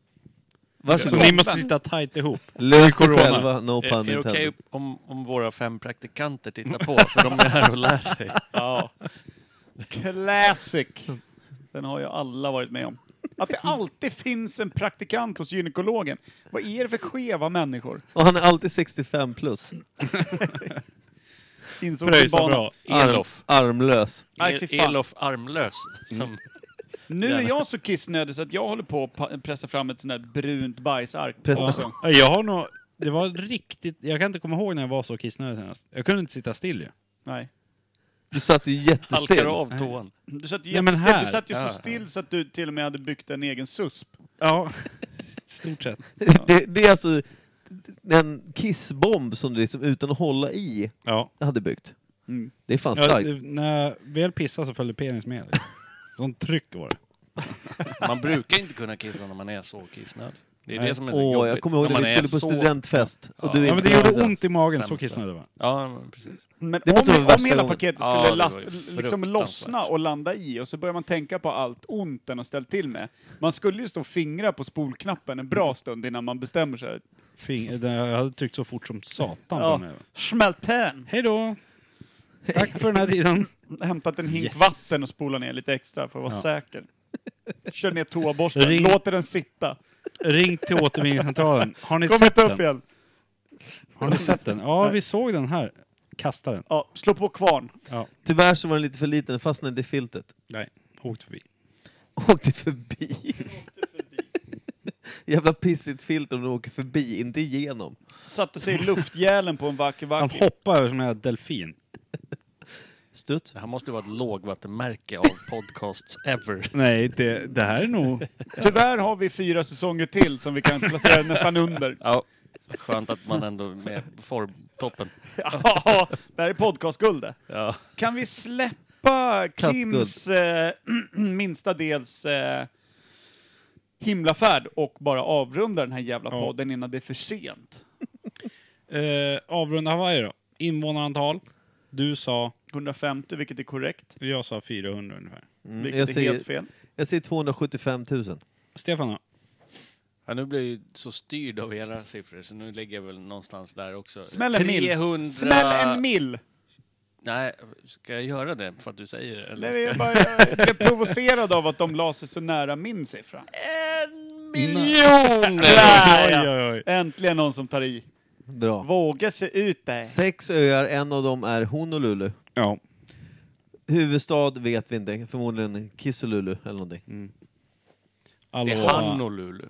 B: Varsågod.
A: ni måste sitta tajt ihop.
B: Lös det
A: corona.
B: själva, no
C: Är, är
B: pun
C: det okej
B: intended.
C: om, om våra fem praktikanter tittar på? För de är här och lär sig.
D: ja. Classic. Den har ju alla varit med om. Att det alltid finns en praktikant hos gynekologen. Vad är det för skeva människor?
B: Och han är alltid 65 plus.
D: Insåg det
A: Pröjsa
D: bara-
A: bra.
B: Arm,
C: Elof. E-
B: armlös.
D: Nej, fy fan.
C: Elof Armlös.
B: Mm.
C: Som,
D: Nu är jag så kissnödig så att jag håller på att pa- pressa fram ett sånt där brunt bajsark. Alltså,
B: Prestation.
A: Ja, Jag har nog, det var riktigt, jag kan inte komma ihåg när jag var så kissnödig senast. Jag kunde inte sitta still ju.
D: Nej.
B: Du satt ju
C: halkar
B: jättestill.
C: av tån.
D: Du satt ju,
A: Nej, men
D: jättestill.
A: här.
D: du satt ju så
C: Ja.
D: still så att du till och med hade byggt en egen susp.
A: Ja, stort sett.
B: Det, det är alltså en kissbomb som du liksom utan att hålla i
A: Ja.
B: hade byggt.
D: Mm.
B: Det är fan
A: Ja,
B: starkt.
A: det- när jag väl pissade så följde penis med. liksom. Sånt tryck var det.
C: Man brukar inte kunna kissa när man är så kissnödig. Det är
A: Nej.
C: det som är så
B: Åh,
C: jobbigt.
B: jag kommer ihåg
C: när
B: när
C: man
B: vi
C: är
B: skulle på
C: så-
B: studentfest.
C: Ja.
B: Och du
C: Ja,
A: Ja
B: inte
A: men det gjorde
B: kunde-
A: ont i magen, så
C: Sämsta.
A: kissnödig var
C: Ja, men precis.
D: Men
B: Det
A: typ
B: måste
D: om,
B: vara
D: om
B: värsta
D: hela
B: gången.
D: paketet
C: Ja,
D: skulle
C: det var
D: last,
C: ju
D: liksom
C: fruktansvärt.
D: lossna och landa i och så börjar man tänka på allt ont den har ställt till med. Man skulle ju stå och fingra på spolknappen en bra stund innan man bestämmer sig.
A: Fing- den- Jag hade tryckt så fort som satan på
D: Ja.
A: den här.
D: Smält pen!
A: Hej då! Tack för den här tiden.
D: Hämtat en hink
A: Yes.
D: vatten och spolat ner lite extra för att vara
A: Ja.
D: säker. Kör ner toaborsten,
A: Ring-
D: låter den sitta.
A: Ring till återvinningscentralen. Har ni
D: Kom
A: sett
D: inte upp
A: den?
D: igen!
A: Har ni sett den? Ja, vi såg den här. Kasta den.
D: Ja, slå på kvarn.
A: Ja.
B: Tyvärr så var den lite för liten, den fastnade inte i filtret.
A: Nej, åkt förbi.
B: Åkte förbi. Jävla pissigt filter om den åker förbi, inte igenom.
D: Satte sig i luftgälen på en vacker
A: Han
D: vacker.
A: hoppade över som en jävla delfin.
B: Strutt.
C: Det här måste ju vara ett lågvattenmärke av podcasts ever.
A: Nej, det, det här är nog...
D: Tyvärr har vi fyra säsonger till som vi kan placera nästan under.
C: Ja, skönt att man ändå är med på formtoppen.
D: Ja, det här är podcastguld det.
C: Ja.
D: Kan vi släppa
B: Kattguld.
D: Kims eh, minsta dels eh, himlafärd och bara avrunda den här jävla
A: Ja.
D: podden innan det är för sent?
A: Eh, avrunda Hawaii då. Invånarantal. Du sa...
D: 150, vilket är korrekt.
A: Jag sa 400 ungefär.
B: Mm,
D: Vilket
B: jag,
D: är
B: säger,
D: helt fel.
B: jag säger 275 000.
A: Stefan då?
C: Ja, nu blir jag ju så styrd av era siffror så nu ligger jag väl någonstans där också.
D: Smäll en mil!
C: 300...
D: Smäll en mil!
C: Nej, ska jag göra det för att du säger det? Eller?
D: Eller jag är bara, jag blev provocerad av att de la sig så nära min siffra.
C: En miljon!
D: Där, ja.
A: Oj, oj, oj.
D: Äntligen någon som tar i.
B: Bra.
D: Våga se ut där.
B: Sex öar, en av dem är Honolulu.
A: Ja.
B: Huvudstad vet vi inte, förmodligen Kisselulu eller någonting.
A: Alla
C: Det är Honolulu.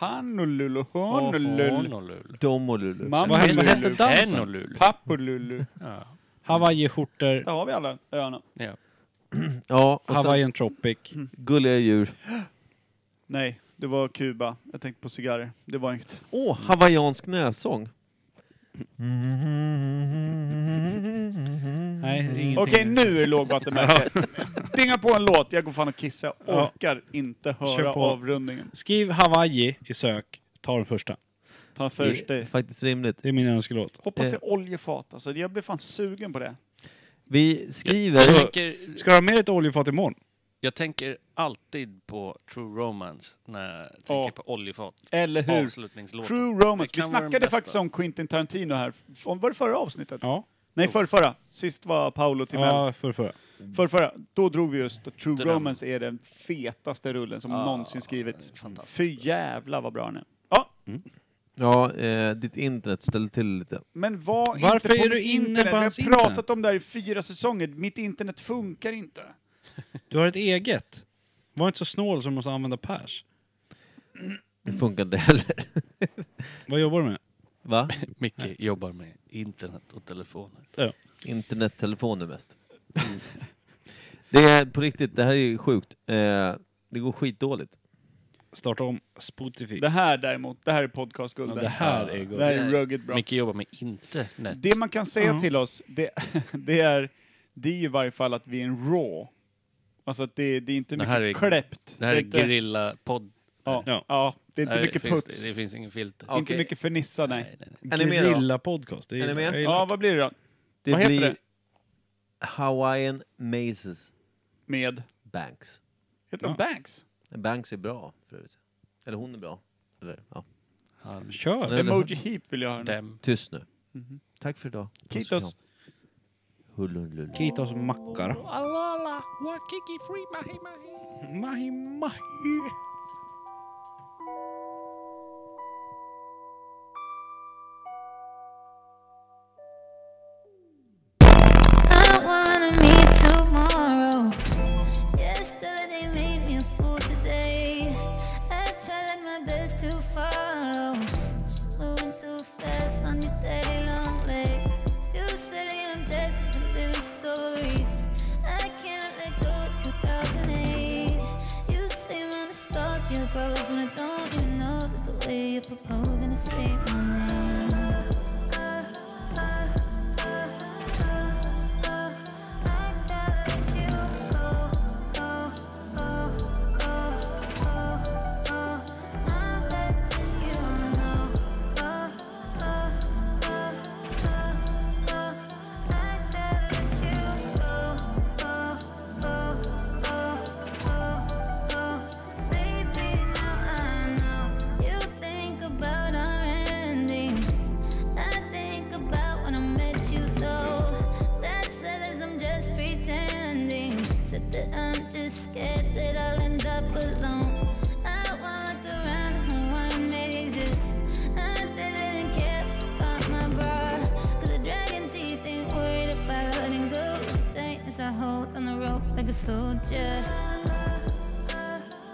D: Hanululu, honululu.
C: Honolulu.
B: Domolulu.
D: Mamma
A: Vad hette- vad hette
D: Lulu.
A: dansen?
C: Honolulu.
D: Papululu.
A: Hawaii-skjortor,
D: Där har vi alla öarna.
C: Ja.
B: Ja, och sen
A: Hawaiian tropic.
B: gulliga djur.
D: Nej, det var Kuba. Jag tänkte på cigarrer. Det var inget.
B: Åh, hawaiiansk nässång.
A: Nej, det är ingenting.
D: Okej, nu är lågvattenmärket. Dinga på en låt. Jag går fan och kissar. Jag
A: Ja.
D: orkar inte höra
A: Kör på.
D: avrundningen.
A: Skriv Hawaii i sök. Ta den första.
D: Ta först
B: Det är
D: dig.
B: faktiskt rimligt.
A: Det är min önskelåt.
D: Hoppas det är oljefat alltså. Jag blir fan sugen på det.
B: Vi
C: Jag,
B: skriver...
C: tänker,
A: Ska du ha med ett oljefat imorgon?
C: jag tänker alltid på True Romance när jag tänker
D: Ja.
C: på oljefat.
D: Eller hur?
C: Avslutningslåten.
D: True Romance.
C: Det
D: Vi
C: kan vara den
D: snackade
C: bästa.
D: faktiskt om Quentin Tarantino här. F- Var det förra avsnittet?
A: Ja.
D: Nej, förrförra. Sist var Paolo Timell.
A: Ja, för, förra.
D: Förrförra. Då drog vi just att True
C: Den-
D: Romance är den fetaste rullen som
C: Ja,
D: någonsin skrivits.
C: fantastiskt.
D: Fy jävla vad bra den är. Ja,
B: Ja, eh, ditt internet ställer till lite.
D: Men var
A: Varför
D: inte på
A: är du
D: mitt
A: inne på
D: internet.
A: hans
D: Vi har pratat
A: internet?
D: om det här i fyra säsonger. Mitt internet funkar inte.
A: Du har ett eget. Var inte så snål som måste använda pers.
B: Det funkar inte heller.
A: Vad jobbar du med?
B: Va?
C: Micke jobbar med internet och telefoner.
B: Internettelefoner mest.
D: Mm.
B: Det är på riktigt, det här är ju sjukt. Eh, det går skitdåligt.
A: Starta om Spotify.
D: Det här däremot, det här är podcastguld.
A: Ja, det här är
D: det här
A: gott.
D: är rugged bra.
C: Micke jobbar med internet.
D: Det man kan säga
A: Ja.
D: till oss, det, det är det är ju i varje fall att vi är en raw. Alltså att det, det är inte
C: Det
D: mycket
C: här är-
D: kläppt.
C: Det här är
D: inte,
C: grilla-podd.
D: ja,
A: Ja.
D: ja. det är inte
C: Nej,
D: mycket
C: finns,
D: puts.
C: Det, det finns ingen filter.
B: Ja,
D: Inte
B: Okej.
D: mycket fernissa, nej.
C: nej, nej.
B: Är ni med då?
A: Grilla podcast. Det
B: Är ni med?
A: jag gillar
D: Ja, vad blir det då?
B: Det
D: Vad heter
B: blir
D: det?
B: Hawaiian Mazes
D: Med?
B: Banks.
D: Heter de
A: Ja.
D: Banks?
B: Banks är bra, förut. Eller hon är bra. Eller, ja.
A: det.
C: Han,
A: Kör.
B: Nej. Eller-
D: Emoji Heap vill jag höra nu.
C: dem.
B: Tyst nu. Mhm. Tack för idag. Puss och
D: Kitos.
B: kram. Hullululu.
A: Kita oss macka då.
C: Alala, wakiki free mahi mahi.
A: Mahi, mahi.
E: I wanna meet tomorrow. Yesterday made me a fool today. I tried my best to follow. but you Moving too fast on your daddy long legs. You say I'm destined to live in stories. I can't let go of 2008. You say my stars, you rose, but don't you know that the way you're proposing to say my name? Ah, ah, ah, ah, ah. I oh, on the rope like a soldier.